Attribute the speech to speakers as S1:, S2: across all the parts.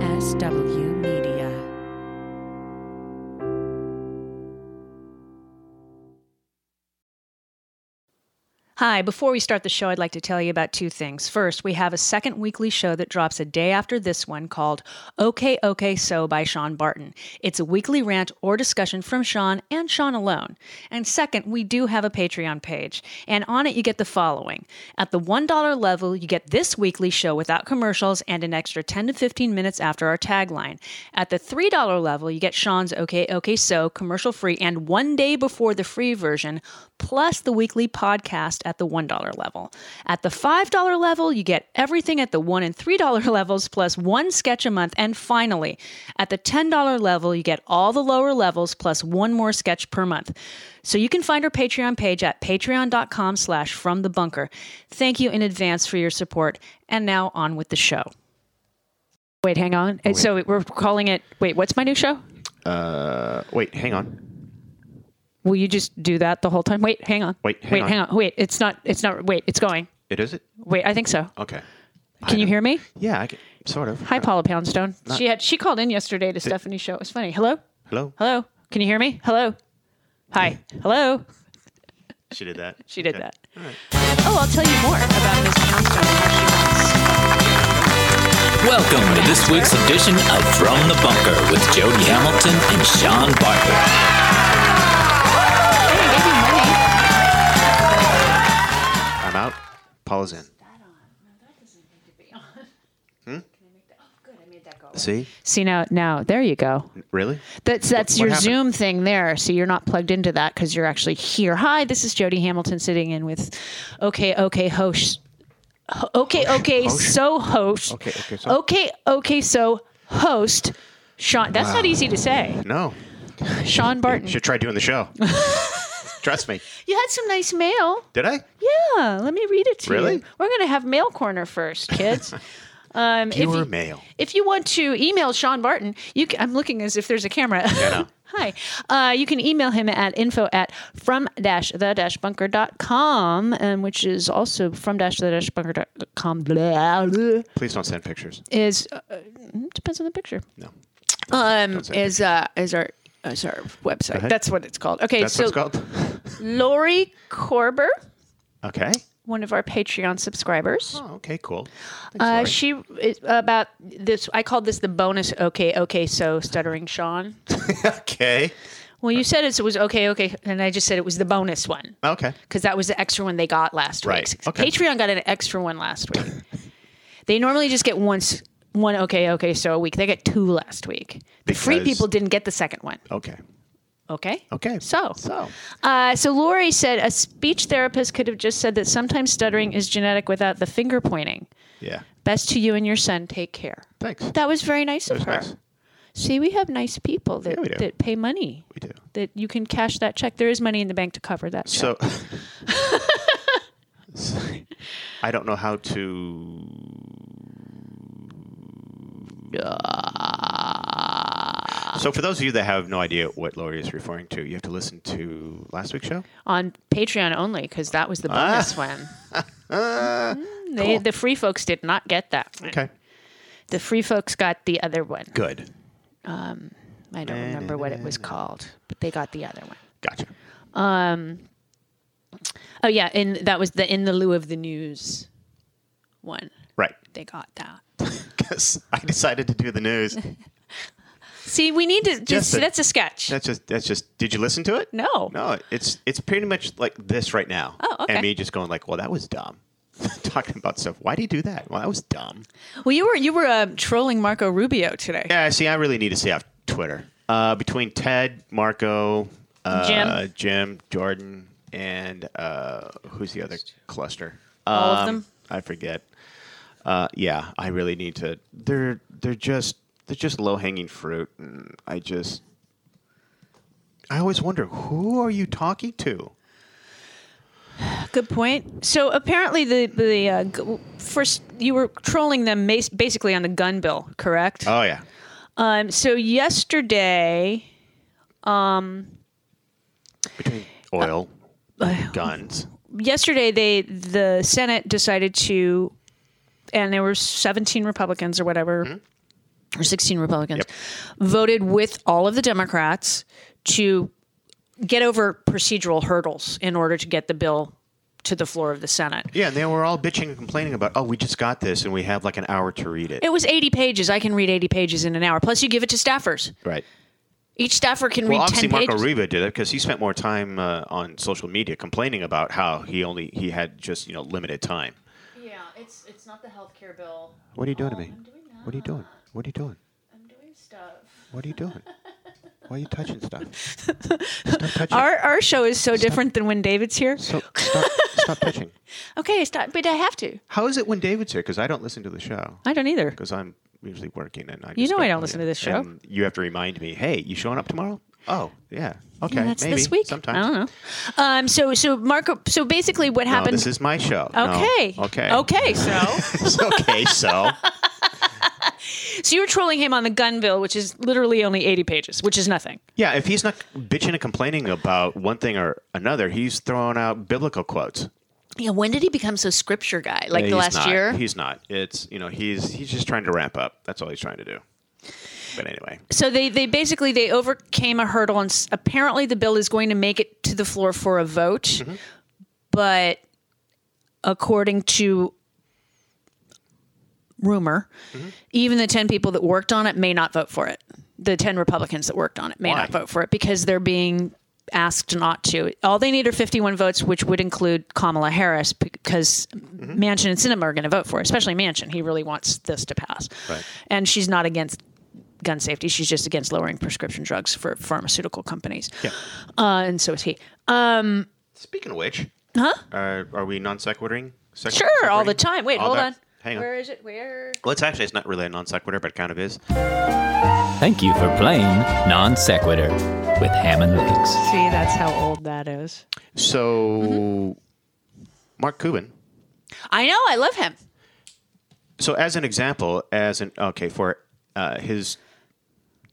S1: W Media. Hi, before we start the show, I'd like to tell you about two things. First, we have a second weekly show that drops a day after this one called OK, OK, So by Sean Barton. It's a weekly rant or discussion from Sean and Sean alone. And second, we do have a Patreon page. And on it, you get the following At the $1 level, you get this weekly show without commercials and an extra 10 to 15 minutes after our tagline. At the $3 level, you get Sean's OK, OK, So commercial free and one day before the free version, plus the weekly podcast at the $1 level. At the $5 level, you get everything at the $1 and $3 levels, plus one sketch a month. And finally, at the $10 level, you get all the lower levels, plus one more sketch per month. So you can find our Patreon page at patreon.com slash from the bunker. Thank you in advance for your support. And now on with the show. Wait, hang on. And so we're calling it, wait, what's my new show?
S2: Uh, wait, hang on.
S1: Will you just do that the whole time? Wait, hang on.
S2: Wait, hang
S1: wait,
S2: on.
S1: hang on. Wait, it's not, it's not, wait, it's going.
S2: It is it?
S1: Wait, I think so.
S2: Okay.
S1: Can you hear me?
S2: Yeah, I can, sort of.
S1: Hi, Paula Poundstone. she had she called in yesterday to Stephanie's show. It was funny. Hello,
S2: Hello.
S1: hello. Can you hear me? Hello. Hi. Hello.
S2: She did that.
S1: She did
S2: Okay.
S1: that.
S2: All right.
S1: Oh, I'll tell you more about Miss Poundstone. and how she works.
S3: Welcome to this week's edition of From the Bunker with Jody Hamilton and Sean Barker.
S2: I'm out. Paula's in. See?
S1: See now, now there you go.
S2: Really?
S1: That's that's
S2: what
S1: your
S2: happened?
S1: Zoom thing there. So you're not plugged into that because you're actually here. Hi, this is Jody Hamilton sitting in with okay, okay, host. ho- Okay, okay, so host.
S2: Okay, okay, so-
S1: okay, okay, so host. Sean, that's not easy to say.
S2: No.
S1: Sean Barton.
S2: Should try doing the show. Trust me.
S1: You had some nice mail.
S2: Did I?
S1: Yeah, let me read it to you.
S2: Really?
S1: We're going to have mail corner first, kids. Um, if,
S2: Pure
S1: you,
S2: male.
S1: if you want to email Sean Barton, you can, I'm looking as if there's a camera.
S2: know.
S1: Hi. Uh, you can email him at info at from dash the dash bunker dot com, um, which is also from dash the dash bunker dot com. Blah, blah,
S2: Please don't send pictures.
S1: is uh, uh, depends on the picture
S2: No.
S1: um,
S2: say
S1: is uh, is our is our website. That's what it's called. Okay,
S2: That's
S1: so
S2: what it's called.
S1: Lori Corber,
S2: Okay.
S1: one of our Patreon subscribers,
S2: Oh, okay. Cool. Thanks,
S1: uh,
S2: Lori.
S1: she is about this. I called this the bonus. Okay, okay. So stuttering Sean.
S2: okay.
S1: Well, you said it was okay, okay, and I just said it was the bonus one
S2: Okay.
S1: because that was the extra one they got last
S2: Right,
S1: week.
S2: okay.
S1: Patreon got an extra one last week. they normally just get once one okay, okay, so a week. They got two last week. The free
S2: Because- Oh.
S1: people didn't get the second one.
S2: Okay.
S1: Okay.
S2: Okay.
S1: So,
S2: So.
S1: uh, so Lori said a speech therapist could have just said that sometimes stuttering is genetic without the finger pointing.
S2: Yeah.
S1: Best to you and your son. Take care.
S2: Thanks.
S1: That was very nice of
S2: was
S1: her.
S2: nice.
S1: See, we have nice people that,
S2: Yeah, we do.
S1: that pay money.
S2: We do.
S1: That you can cash that check. There is money in the bank to cover that. check.
S2: So I don't know how to.
S1: Ah.
S2: So for those of you that have no idea what Lori is referring to, you have to listen to last week's show.
S1: on Patreon only because that was the
S2: Ah.
S1: bonus one. Mhm. They, The free folks did not get that one.
S2: Okay,
S1: The free folks got the other one.
S2: good,
S1: I don't remember what it was called, but they got the other one.
S2: gotcha.
S1: Oh yeah, and that was the in the lieu of the news one.
S2: Right,
S1: They got that.
S2: because I decided to do the news.
S1: See, we need to just
S2: Just
S1: see,
S2: a-
S1: that's a sketch.
S2: That's just that's just. Did you listen to it?
S1: No.
S2: no. It's it's pretty much like this right now.
S1: Oh, okay.
S2: And me just going like, well, that was dumb. Talking about stuff. Why do you do that? Well, that was dumb.
S1: well, you were you were um, trolling Marco Rubio today.
S2: Yeah, see, I really need to stay off Twitter. Uh, between Ted, Marco, uh, Jim. Jordan, and uh, who's the other cluster?
S1: All of
S2: Um,
S1: them?
S2: I forget. Uh, yeah, I really need to. They're they're just they're just low hanging fruit, and I just I always wonder who are you talking to?
S1: Good point. So apparently the the uh, g- first you were trolling them mas- basically on the gun bill, correct?
S2: Oh yeah,
S1: um, so yesterday,
S2: between oil,
S1: Uh,
S2: guns.
S1: yesterday they the Senate decided to, and there were 17 Republicans or whatever, or 16 Republicans,
S2: Yep.
S1: voted with all of the Democrats to get over procedural hurdles in order to get the bill to the floor of the Senate.
S2: Yeah, and they were all bitching and complaining about, oh, we just got this and we have like an hour to read it.
S1: It was 80 pages. I can read 80 pages in an hour. Plus, you give it to staffers.
S2: right.
S1: Each staffer can
S2: Well,
S1: read
S2: obviously
S1: 10
S2: Marco
S1: pages.
S2: Riva did it because he spent more time uh, on social media complaining about how he only he had just you know limited time.
S1: yeah, it's it's not the health care bill.
S2: What are you doing to me? What are you doing? What are you doing?
S1: I'm doing stuff.
S2: What are you doing? Why are you touching stuff? Stop touching.
S1: Our, our show is so different than when David's here.
S2: So, stop, stop touching.
S1: Okay, stop. But I have to.
S2: How is it when David's here? Because I don't listen to the show
S1: I don't either.
S2: because I'm usually working and I.
S1: You
S2: just
S1: know I don't
S2: it.
S1: listen to this show.
S2: And you have to remind me. Hey, you showing up tomorrow? Oh yeah. Okay.
S1: Yeah, that's
S2: maybe.
S1: this week.
S2: Sometimes.
S1: I don't know. Um, so so Marco. So basically, what
S2: No,
S1: happened?
S2: this is my show. No.
S1: okay.
S2: Okay.
S1: Okay. So
S2: It's okay. So
S1: so you were trolling him on the gun bill, which is literally only eighty pages, which is nothing.
S2: yeah, if he's not bitching and complaining about one thing or another, he's throwing out biblical quotes.
S1: Yeah. When did he become so scripture guy? Like
S2: He's
S1: the last
S2: not.
S1: year.
S2: He's not. It's you know he's he's just trying to ramp up. That's all he's trying to do. But anyway,
S1: so they, they basically they overcame a hurdle and s- apparently the bill is going to make it to the floor for a vote
S2: Mm-hmm.
S1: but according to rumor even the 10 people that worked on it may not vote for it the 10 republicans that worked on it may
S2: Why?
S1: not vote for it because they're being asked not to all they need are 51 votes which would include kamala harris because Manchin and Sinema are going to vote for it, especially Manchin. He really wants this to pass.
S2: Right.
S1: And she's not against gun safety. She's just against lowering prescription drugs for pharmaceutical companies.
S2: Yeah.
S1: Uh, and so is he.
S2: speaking of which, huh? Are, are we non sequituring? Sequ-
S1: Sure, all the
S2: sequituring?
S1: time. Wait,
S2: All
S1: hold
S2: that?
S1: on.
S2: Hang on.
S1: Where is it? Where?
S2: Well, it's actually it's not really a non sequitur, but it kind of is.
S3: Thank you for playing Non Sequitur with Hammond Lakes.
S1: See, that's how old that is.
S2: So,
S1: Mm-hmm.
S2: Mark Cuban.
S1: I know. I love him.
S2: So, as an example, as an okay for uh, his,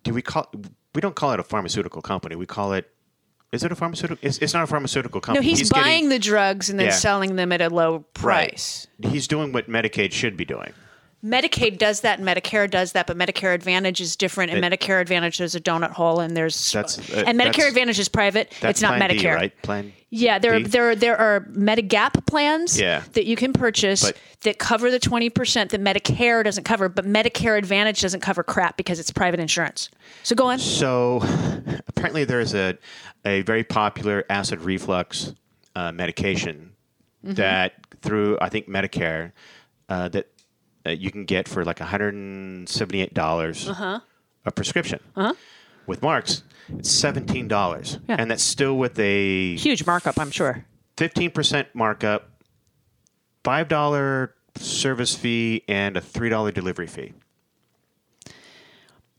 S2: do we call? We don't call it a pharmaceutical company. We call it. Is it a pharmaceutical? It's, it's not a pharmaceutical
S1: No,
S2: company.
S1: he's,
S2: getting-
S1: buying the drugs and then
S2: Yeah.
S1: selling them at a low price.
S2: Right. He's doing what Medicaid should be doing.
S1: Medicaid does that, and Medicare does that, but Medicare Advantage is different. And Medicare Advantage, there's a donut hole, and there's
S2: That's- uh,
S1: and Medicare
S2: that's-
S1: Advantage is private.
S2: That's
S1: it's not
S2: Plan
S1: Medicare,
S2: D, right? Plan.
S1: Yeah, there
S2: D?
S1: there there are Medigap plans
S2: Yeah.
S1: that you can purchase
S2: But-
S1: that cover the twenty percent that Medicare doesn't cover, but Medicare Advantage doesn't cover crap because it's private insurance. So go on.
S2: So apparently there's a, a very popular acid reflux uh, medication that through, I think, Medicare uh, that uh, you can get for like $178 dollars a prescription. With Mark's, it's $17.
S1: Yeah.
S2: And that's still with a
S1: Huge markup, I'm sure.
S2: 15% markup, $5 service fee, and a $3 delivery fee.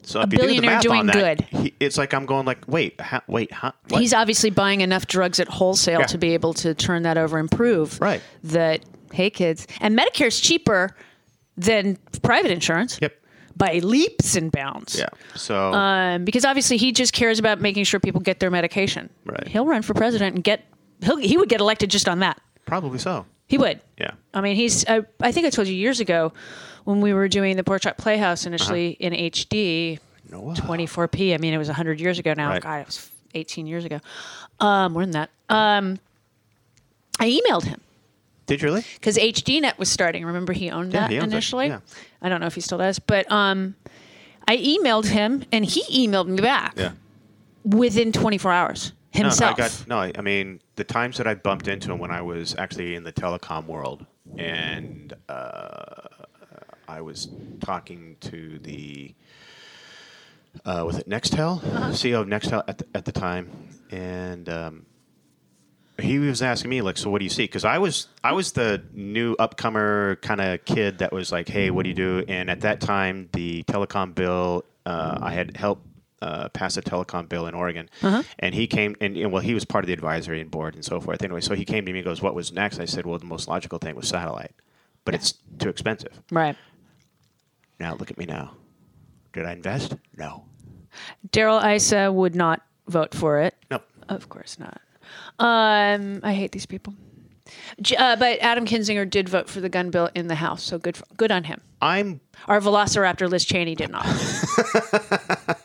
S2: So if you do the
S1: billionaire
S2: math
S1: doing
S2: on that,
S1: good.
S2: he- it's like I'm going like, wait, ha, wait, huh? What?
S1: He's obviously buying enough drugs at wholesale
S2: Yeah.
S1: to be able to turn that over and prove
S2: Right.
S1: that hey kids. And Medicare's cheaper than private insurance
S2: yep.
S1: by leaps and bounds.
S2: Yeah. So
S1: um, because obviously he just cares about making sure people get their medication.
S2: Right.
S1: He'll run for president and get he'll, he would get elected just on that.
S2: probably so.
S1: He would.
S2: Yeah.
S1: I mean, he's. I, I think I told you years ago when we were doing the Portrait Playhouse initially
S2: Uh-huh.
S1: in HD,
S2: No.
S1: 24p. I mean, it was 100 years ago now.
S2: Right.
S1: God, it was 18 years ago. Um, more than that. Um, I emailed him
S2: Did you really?
S1: because HDNet was starting. Remember, he owned
S2: Yeah,
S1: that
S2: he owns it.
S1: initially.
S2: Yeah.
S1: I don't know if he still does, but um, I emailed him and he emailed me back within 24 hours
S2: No, I
S1: himself.
S2: got no. I I mean, the times that I bumped into him when I was actually in the telecom world, and uh, I was talking to the uh, was it Nextel CEO of Nextel at the, at the time, and um, he was asking me like, so what do you see? Because I was I was the new upcomer kind of kid that was like, hey, what do you do? And at that time, the telecom bill, uh, I had helped. Uh, pass a telecom bill in Oregon, and he came and, and well, he was part of the advisory and board and so forth. Anyway, so he came to me and goes, "What was next?" I said, "Well, the most logical thing was satellite, but it's too expensive."
S1: right.
S2: Now look at me now. Did I invest? No.
S1: Daryl Issa would not vote for it.
S2: No.
S1: Of course not. Um, I hate these people. J- Uh, but Adam Kinzinger did vote for the gun bill in the House, so good, for, good on him.
S2: I'm
S1: Our Velociraptor Liz Cheney did not.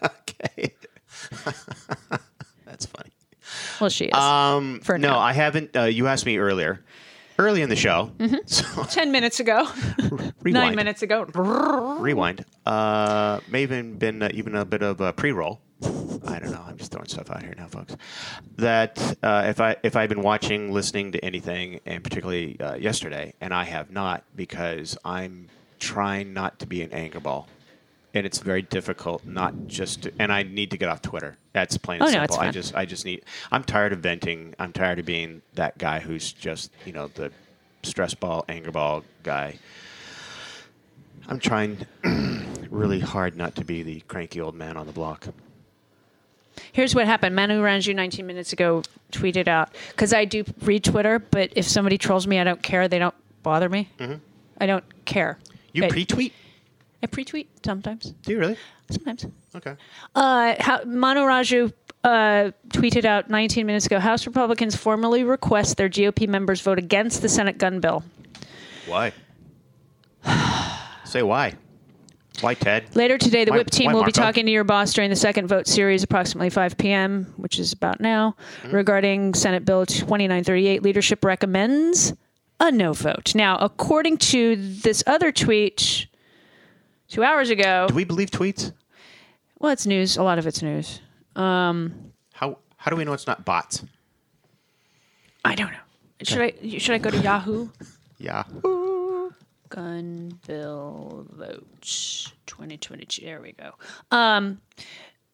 S2: okay. That's funny.
S1: Well, she is.
S2: Um,
S1: For
S2: no,
S1: now.
S2: I haven't. Uh, you asked me earlier, early in the show. So
S1: Ten minutes ago,
S2: rewind.
S1: Mm-hmm. nine minutes ago.
S2: Rewind. Uh, may even been uh, even a bit of a pre-roll. I don't know. I'm just throwing stuff out here now, folks. That uh, if I if I've been watching, listening to anything, and particularly uh, yesterday, and I have not because I'm trying not to be an anger ball, and it's very difficult not just. To, and I need to get off Twitter. That's plain and
S1: Oh, no,
S2: simple.
S1: it's
S2: I
S1: fine.
S2: just I just need. I'm tired of venting. I'm tired of being that guy who's just you know the stress ball, anger ball guy. I'm trying really hard not to be the cranky old man on the block.
S1: Here's what happened. Manu Ranju 19 minutes ago tweeted out because I do read Twitter, but if somebody trolls me, I don't care. They don't bother me. I don't care.
S2: You
S1: I,
S2: pre-tweet?
S1: I pre-tweet sometimes.
S2: Do you really?
S1: Sometimes.
S2: Okay.
S1: Uh, how, Manu Raju uh, tweeted out 19 minutes ago: House Republicans formally request their GOP members vote against the Senate gun bill.
S2: Why? Say why. Why, Ted?
S1: Later today, the
S2: Why-
S1: whip team
S2: why,
S1: will be
S2: Marco?
S1: talking to your boss during the second vote series, approximately 5 p.m., which is about now,
S2: Mm-hmm.
S1: regarding Senate Bill 2938. Leadership recommends a no vote. Now, according to this other tweet two hours ago,
S2: Do we believe tweets?
S1: well, it's news. A lot of it's news. Um,
S2: How how do we know it's not bots?
S1: I don't know. Should I should I go to Yahoo?
S2: Yeah.
S1: Gun bill vote 2022. There we go. Um,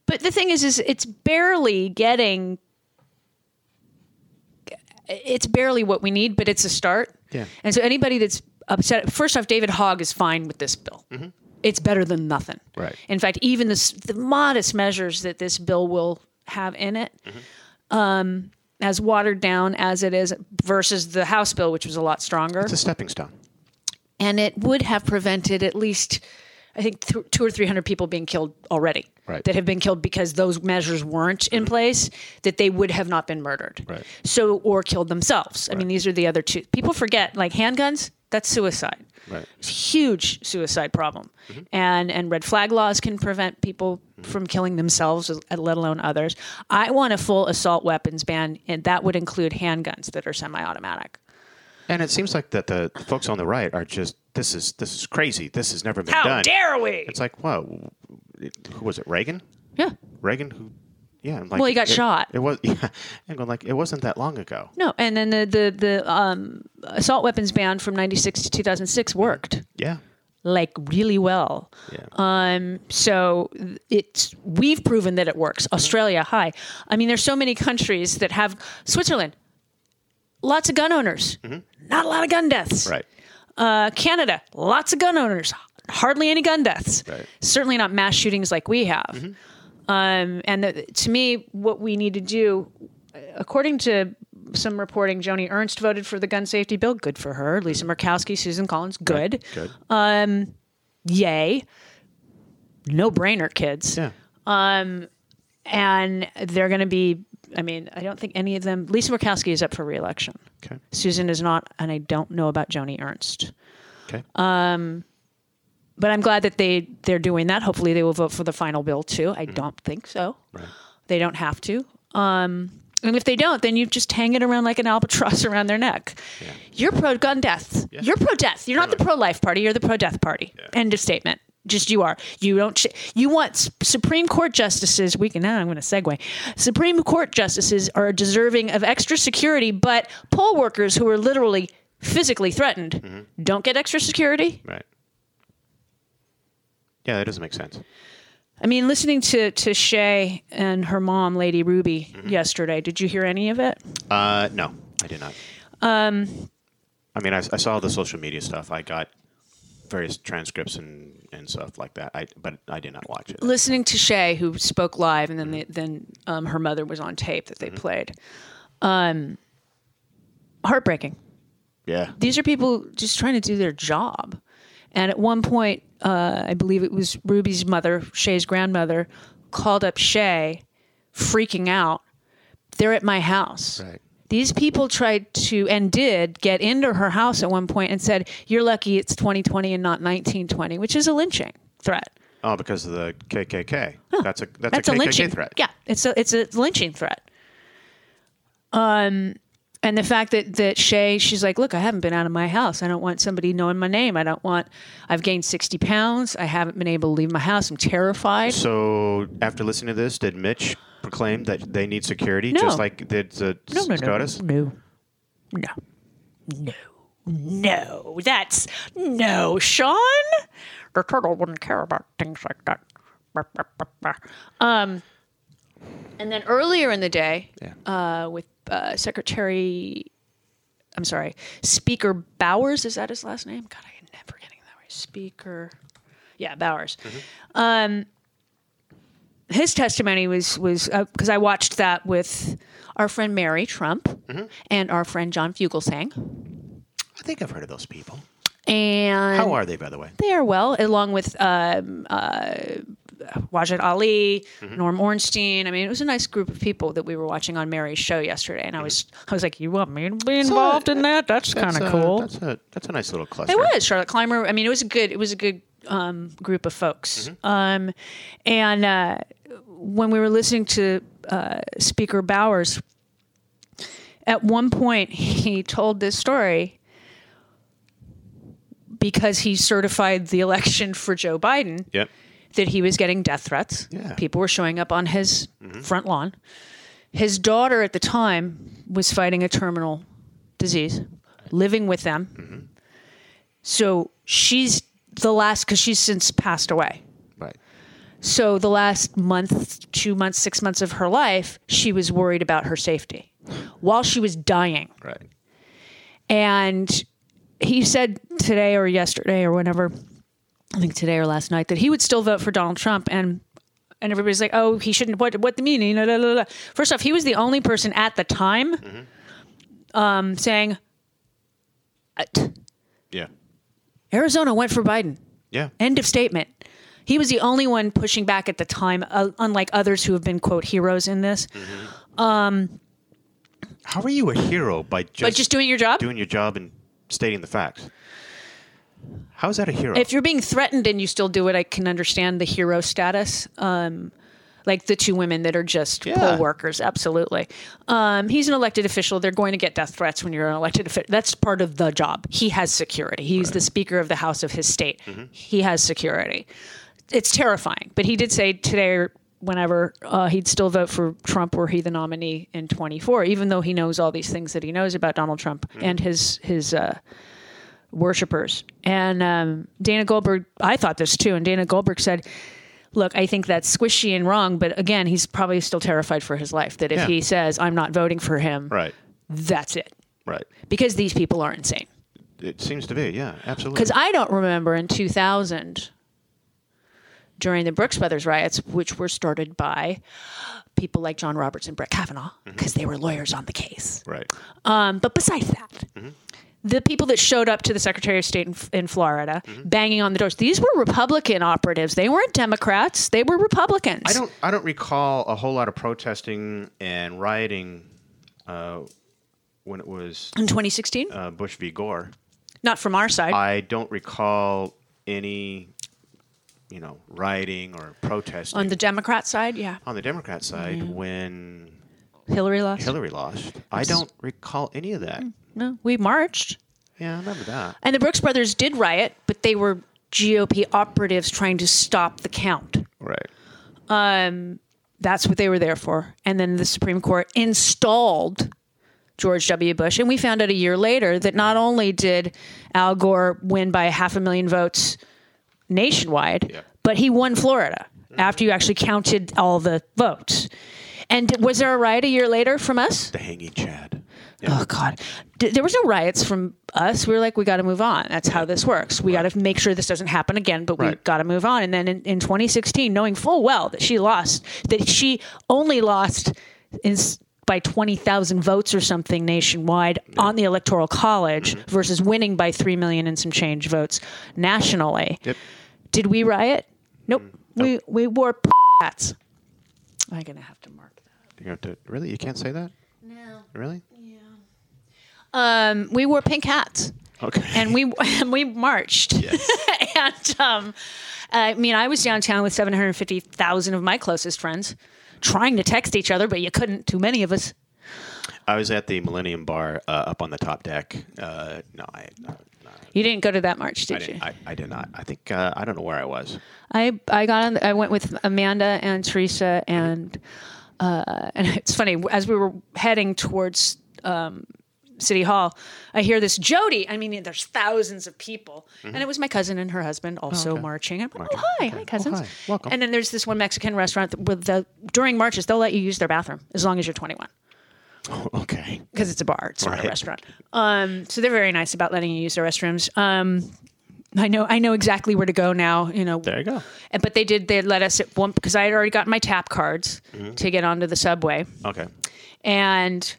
S1: but the thing is, is it's barely getting. It's barely what we need, but it's a start.
S2: Yeah.
S1: And so anybody that's upset, first off, David Hogg is fine with this bill. It's better than nothing.
S2: Mm-hmm. Right.
S1: In fact, even this, the modest measures that this bill will have in it, um,
S2: Mm-hmm.
S1: as watered down as it is, versus the House bill, which was a lot stronger
S2: It's a stepping stone.
S1: and it would have prevented at least i think th- two or three hundred people being killed already
S2: Right. Mm-hmm.
S1: that have been killed because those measures weren't in place that they would have not been murdered
S2: Right.
S1: so or killed themselves i mean these are the other two people forget like handguns that's suicide
S2: Right. Mm-hmm.
S1: It's a huge suicide problem and and red flag laws can prevent people from killing themselves uh, let alone others i want a full assault weapons ban and that would include handguns that are semi-automatic
S2: And it seems like that the, the folks on the right are just this is this is crazy. This has never been
S1: how
S2: done.
S1: dare we
S2: It's like whoa. It- Who was it? Reagan?
S1: yeah
S2: Reagan who? Yeah. I'm Like,
S1: Well, he got
S2: it-
S1: shot.
S2: It was. Yeah. And going like it wasn't that long ago.
S1: No, and then the the the um, assault weapons ban from '96 to 2006 worked
S2: Yeah.
S1: like really well.
S2: Yeah.
S1: Um, so th- it's we've proven that it works.
S2: Mm-hmm.
S1: Australia, hi. I mean, there's so many countries that have Switzerland, lots of gun owners, not a lot of gun deaths.
S2: Mm-hmm. right.
S1: Uh, Canada, lots of gun owners, hardly any gun deaths.
S2: Right. Mm-hmm.
S1: Certainly not mass shootings like we have. Um, and the, to me, what we need to do, according to some reporting, Joni Ernst voted for the gun safety bill. Good for her. Lisa Murkowski, Susan Collins, good.
S2: Mm-hmm.
S1: Um,
S2: Good.
S1: Yay. No brainer, kids.
S2: yeah.
S1: And they're going to be, I mean, I don't think any of them, Lisa Murkowski is up for reelection.
S2: Okay.
S1: Susan is not, and I don't know about Joni Ernst.
S2: Okay.
S1: but I'm glad that they they're doing that. Hopefully, they will vote for the final bill too. I don't think so. They don't have to. Um, and if they don't, then you just hang it around like an albatross around their neck. You're pro gun death. You're pro death. You're not the pro life party. You're the pro death party. End of statement. Just you are. You don't. Ch- you want s- Supreme Court justices. We can. Now I'm going to segue. Supreme Court justices are deserving of extra security, but poll workers who are literally physically threatened don't get extra security.
S2: Right. Yeah, that doesn't make sense.
S1: I mean, listening to to Shay and her mom, Lady Ruby, yesterday. Did you hear any of it?
S2: Uh, no, I did not. Um,
S1: Um,
S2: I mean, I, I saw the social media stuff. I got various transcripts and, and stuff like that. I but I did not watch it.
S1: Listening to Shay, who spoke live, and then they, then um, her mother was on tape that they played. Um, heartbreaking.
S2: Yeah.
S1: These are people just trying to do their job, and at one point, uh, I believe it was Ruby's mother, Shay's grandmother, called up Shay, freaking out. They're at my house.
S2: Right.
S1: These people tried to and did get into her house at one point and said, "You're lucky it's 2020 and not 1920," which is a lynching threat.
S2: Oh, because of the KKK. That's a that's,
S1: That's
S2: a
S1: a,
S2: KKK
S1: lynching
S2: threat.
S1: Yeah, it's a it's a lynching threat. Um, and the fact that that Shay, she's like, look, I haven't been out of my house. I don't want somebody knowing my name. I don't want. I've gained sixty pounds. I haven't been able to leave my house. I'm terrified.
S2: So after listening to this, did Mitch proclaim that they need security
S1: No.
S2: just like did the
S1: No, no, no,
S2: SCOTUS?
S1: no, no, no, no. That's no, Sean. The turtle wouldn't care about things like that. Bah, bah, bah, bah. Um, and then earlier in the day, uh, with uh, Secretary, I'm sorry, Speaker Bowers. Is that his last name? God, I am never getting that right. Speaker, yeah, Bowers his testimony was was because I watched that with our friend Mary Trump
S2: Mm-hmm.
S1: and our friend John Fugelsang,
S2: I think I've heard of those people.
S1: and
S2: How are they, by the way?
S1: they are well along with um, uh, Wajid Ali,
S2: Mm-hmm.
S1: Norm Ornstein. I mean, it was a nice group of people that we were watching on Mary's show yesterday, and I was I was like, you want me to be involved in that? That's kind
S2: Mm-hmm. uh, That's
S1: of
S2: a-
S1: cool.
S2: That's a that's a nice little cluster.
S1: It was Charlotte Clymer. I mean, it was a good. It was a good um, group of folks. Um, and uh, when we were listening to uh, Speaker Bowers, at one point he told this story because he certified the election for Joe Biden
S2: Yep.
S1: that he was getting death threats.
S2: Yeah.
S1: People were showing up on his front lawn. His daughter at the time was fighting a terminal disease, living with them. So she's the last, because she's since passed away.
S2: Right.
S1: So the last month, two months, six months of her life, she was worried about her safety while she was dying.
S2: Right.
S1: And he said today or yesterday or whenever, I think today or last night, that he would still vote for Donald Trump. And and everybody's like, oh, he shouldn't. What what the meaning? La, la, la, la. First off, he was the only person at the time um, saying, uh, t-
S2: Yeah.
S1: Arizona went for Biden.
S2: Yeah.
S1: End of statement. He was the only one pushing back at the time, uh, unlike others who have been quote heroes in this.
S2: How are you a hero by just,
S1: But just doing your job.
S2: doing your job and stating the facts? How is that a hero?
S1: if you're being threatened and you still do it, I can understand the hero status. Um, like the two women that are just
S2: Yeah.
S1: poll workers, absolutely. Um, he's an elected official. They're going to get death threats when you're an elected official. That's part of the job. He has security. He's the Speaker of the House of his state.
S2: Mm-hmm.
S1: He has security. It's terrifying. But he did say today or whenever uh, he'd still vote for Trump were he the nominee in 24, even though he knows all these things that he knows about Donald Trump
S2: Mm-hmm.
S1: and his his. Uh, worshipers. And um, Dana Goldberg, I thought this too. And Dana Goldberg said, Look, I think that's squishy and wrong, but again, he's probably still terrified for his life that if
S2: Yeah.
S1: he says, I'm not voting for him,
S2: right.
S1: that's it.
S2: Right.
S1: Because these people are insane.
S2: It seems to be. Yeah. Absolutely.
S1: Because I don't remember in 2000, during the Brooks Brothers riots, which were started by people like John Roberts and Brett Kavanaugh,
S2: Mm-hmm.
S1: because they were lawyers on the case.
S2: Right.
S1: Um, but besides that,
S2: Mm-hmm.
S1: the people that showed up to the Secretary of State in, in Florida,
S2: Mm-hmm.
S1: banging on the doors, these were Republican operatives. They weren't Democrats. They were Republicans.
S2: I don't. I don't recall a whole lot of protesting and rioting uh, when it was
S1: in 2016,
S2: uh, Bush v. Gore.
S1: not from our side.
S2: I don't recall any, you know, rioting or protesting
S1: on Mm-hmm. the Democrat side, yeah,
S2: on the Democrat side when
S1: Hillary lost.
S2: Hillary lost. I don't recall any of that.
S1: No, we marched,
S2: Yeah, I remember that.
S1: and the Brooks brothers did riot, but they were GOP operatives trying to stop the count. Um,
S2: Right.
S1: That's what they were there for. And then the Supreme Court installed George W. Bush. And we found out a year later that not only did Al Gore win by half a million votes nationwide, but he won Florida after you actually counted all the votes. And was there a riot a year later from us?
S2: The hanging Chad.
S1: Oh, God. D- there was no riots from us. We were like, we got to move on. That's how this works. We got to make sure this doesn't happen again, but we
S2: Right.
S1: got to move on. And then in, in 2016, knowing full well that she lost, that she only lost in, s- by 20,000 votes or something nationwide on the Electoral College versus winning by 3 million and some change votes nationally.
S2: Yep.
S1: Did we riot? Nope. We, we wore p- hats. I'm going to have to mark that.
S2: You have to really. You can't say that.
S4: No.
S2: Really?
S4: Yeah.
S1: Um, we wore pink hats.
S2: Okay.
S1: and we and we marched. and um, I mean, I was downtown with seven hundred fifty thousand of my closest friends, trying to text each other, but you couldn't. Too many of us.
S2: I was at the Millennium Bar uh, up on the top deck. Uh, no, I, no, no,
S1: You didn't go to that march,
S2: I,
S1: did you?
S2: didn't, I, I did not. I think uh, I don't know where I was.
S1: I I got on. I went with Amanda and Teresa, and uh, and it's funny as we were heading towards um, City Hall, I hear this Jody. I mean, there's thousands of people,
S2: Mm-hmm.
S1: and it was my cousin and her husband
S2: Oh,
S1: also marching. I'm like, oh hi, hi cousins,
S2: hi. Welcome.
S1: And then there's this one Mexican restaurant that with the during marches they'll let you use their bathroom as long as you're 21
S2: okay.
S1: because it's a bar, it's not a
S2: Right.
S1: restaurant. Um, so they're very nice about letting you use their restrooms. Um, I know I know exactly where to go now. You know
S2: There you go.
S1: and- but they did they let us at one because i had already gotten my tap cards to get onto the subway
S2: Okay.
S1: and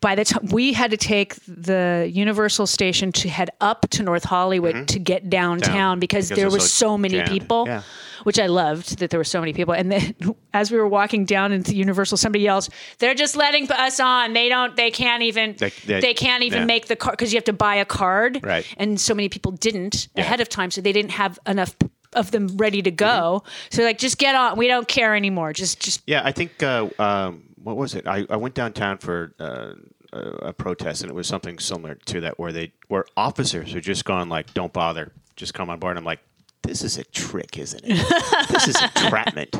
S1: by the time we had to take the universal station to head up to north hollywood to get downtown
S2: Mm-hmm. Down,
S1: because,
S2: because
S1: there
S2: it's
S1: were
S2: so
S1: so many
S2: jammed.
S1: people
S2: Yeah.
S1: which i loved that there were so many people and then as we were walking down into universal somebody yells they're just letting us on they don't they can't even they,
S2: They- they-
S1: can't even
S2: yeah.
S1: make the card because you have to buy a card
S2: Right.
S1: and so many people didn't ahead of time so they didn't have enough of them ready to go
S2: Mm-hmm.
S1: so like just get on we don't care anymore just just
S2: Yeah, I think uh, um, what was it? I, I went downtown for uh, a, a protest, and it was something similar to that, where they where officers were just gone like, "Don't bother, just come on board." I'm like, "This is a trick, isn't it? this is entrapment."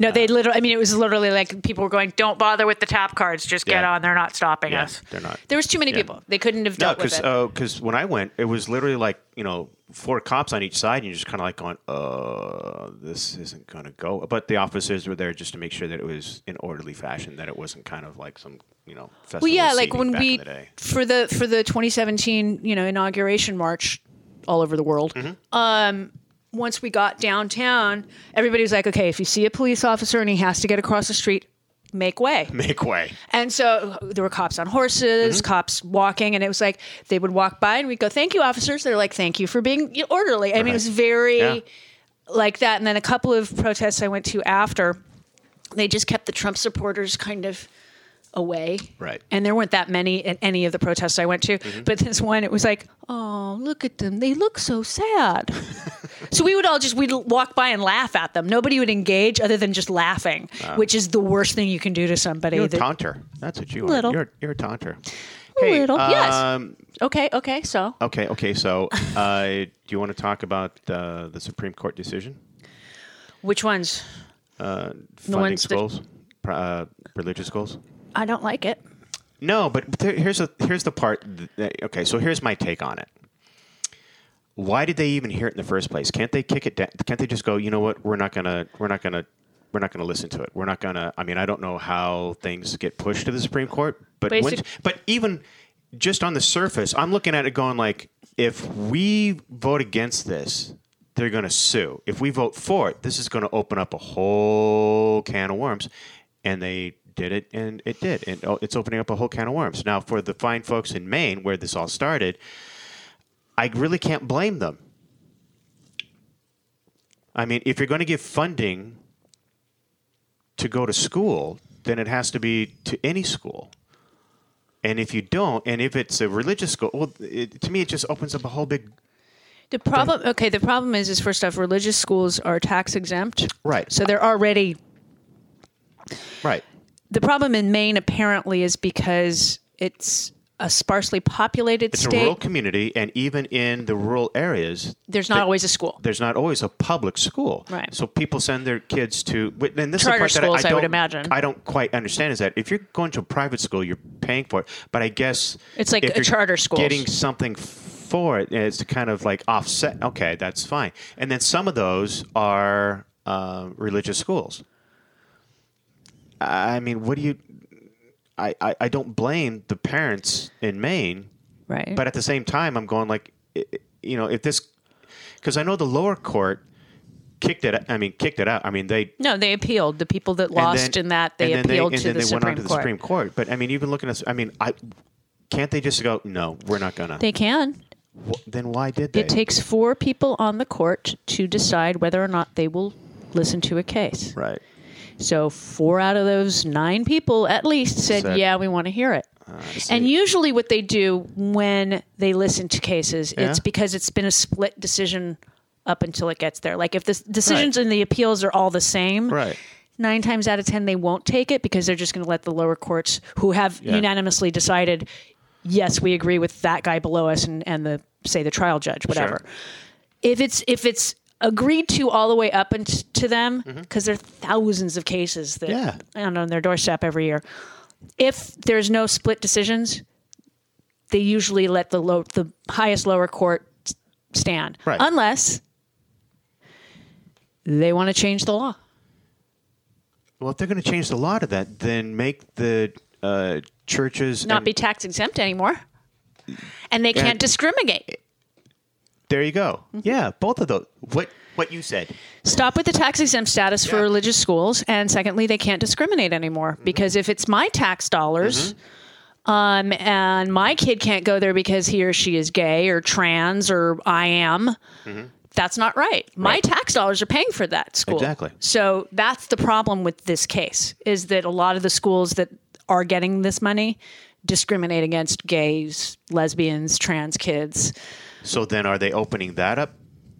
S1: No,
S2: Uh,
S1: they literally. I mean, it was literally like people were going, "Don't bother with the tap cards. Just get
S2: Yeah.
S1: on. They're not stopping
S2: Yeah,
S1: us."
S2: they're not.
S1: There was too many
S2: Yeah.
S1: people. They couldn't have
S2: No, uh,
S1: dealt with
S2: because
S1: it.
S2: when I went, it was literally like you know four cops on each side, and you're just kind of like going, "Uh, this isn't gonna go." But the officers were there just to make sure that it was in orderly fashion, that it wasn't kind of like some you know festival.
S1: well, yeah, like
S2: seating
S1: when
S2: back
S1: we
S2: in the day.
S1: for the for the 2017 you know inauguration march all over the world.
S2: Mm-hmm.
S1: Um, once we got downtown, everybody was like, "Okay, if you see a police officer and he has to get across the street, make way."
S2: make way.
S1: And so there were cops on horses,
S2: Mm-hmm.
S1: cops walking, and it was like they would walk by and we'd go, Thank you, officers. They're like, Thank you for being orderly. I mean, it was very
S2: Yeah.
S1: like that. And then a couple of protests I went to after, they just kept the Trump supporters kind of away.
S2: Right. Mm-hmm.
S1: And there weren't that many at any of the protests I went to. But this one, it was like, Oh, look at them. They look so sad. so we would all just, we'd walk by and laugh at them. Nobody would engage other than just laughing, which is the worst thing you can do to somebody.
S2: You're a
S1: that-
S2: taunter. That's what you are.
S1: Little.
S2: You're, you're a taunter.
S1: little, yes.
S2: um,
S1: Okay, okay, so.
S2: Okay. Okay. So, uh, do you want to talk about uh, the Supreme Court decision?
S1: Which ones?
S2: Funding
S1: ones that-
S2: schools, Pri- uh, religious schools.
S1: I don't like it.
S2: No, but th- here's a, here's the part. That, okay, so here's my take on it. Why did they even hear it in the first place? Can't they kick it down? Can't they just go? You know what? We're not gonna. We're not gonna. We're not gonna listen to it. We're not gonna. I mean, I don't know how things get pushed to the Supreme Court, but
S1: Basic-
S2: once- but even just on the surface, I'm looking at it going like, if we vote against this, they're gonna sue. If we vote for it, this is gonna open up a whole can of worms, and they did it, and it did, and oh, it's opening up a whole can of worms. Now, for the fine folks in Maine, where this all started, I really can't blame them. I mean, if you're going to give funding to go to school, then it has to be to any school. And if you don't, and if it's a religious school, well, it, to me, it just opens up a whole big.
S1: The problem, okay, the problem is, is first off, religious schools are tax exempt,
S2: Right.
S1: so they're already.
S2: Right.
S1: The problem in Maine apparently is because it's a sparsely populated
S2: It's a
S1: state.
S2: rural community, and even in the rural areas,
S1: There's not always a school.
S2: there's not always a public school.
S1: Right.
S2: So people send their kids to. wait, And this
S1: Charter
S2: is the part
S1: schools,
S2: that
S1: I
S2: I,
S1: would
S2: don't,
S1: imagine.
S2: I don't quite understand is that if you're going to a private school, you're paying for it. But I guess
S1: It's like
S2: if
S1: a
S2: you're
S1: charter schools.
S2: getting something for it is to kind of like offset. Okay, that's fine. And then some of those are uh, religious schools. I mean, what do you? I, I, I don't blame the parents in Maine
S1: Right.
S2: but at the same time, I'm going like, i- i- you know, if this, because I know the lower court kicked it. I mean, kicked it out. I mean, they
S1: no, they appealed. The people that
S2: and
S1: lost
S2: then-
S1: in that they
S2: and then
S1: appealed
S2: and
S1: to
S2: then
S1: the
S2: they went
S1: Supreme
S2: on to the
S1: Court.
S2: Supreme Court. But I mean, even looking at, I mean, I can't they just go? No, we're not gonna.
S1: They can.
S2: Wh- then why did they?
S1: It takes four people on the court to decide whether or not they will listen to a case.
S2: right.
S1: So four out of those nine people at least said,
S2: Said- "Ah,
S1: "Yeah, we want to hear it." And usually, what they do when they listen to cases, it's
S2: Yeah.
S1: because it's been a split decision up until it gets there. Like if the s- decisions and the appeals are all the same,
S2: Right.
S1: Nine times out of ten, they won't take it because they're just going to let the lower courts, who have
S2: Yeah.
S1: unanimously decided, yes, we agree with that guy below us, and and the say the trial judge, whatever. If it's if it's agreed to all the way up and t- to them, because there are thousands of cases that
S2: Mm-hmm. Yeah.
S1: and on their doorstep every year. If there's no split decisions, they usually let the low, the highest lower court s- stand,
S2: Right.
S1: unless they want to change the law.
S2: Well, if they're going to change the law to that, then make the uh, churches
S1: not
S2: and-
S1: be tax exempt anymore. And they can't
S2: And-
S1: discriminate.
S2: There you go.
S1: Mm-hmm.
S2: Yeah, both of those. What what you said.
S1: Stop with the tax exempt status for
S2: Yeah. Mm-hmm.
S1: religious schools. And secondly, they can't discriminate anymore because if it's my tax dollars um, and my kid can't go there because he or she is gay or trans or I am, that's not right. My
S2: Mm-hmm. Right.
S1: tax dollars are paying for that school.
S2: Exactly.
S1: So that's the problem with this case is that a lot of the schools that are getting this money discriminate against gays, lesbians, trans kids.
S2: So then, are they opening that up?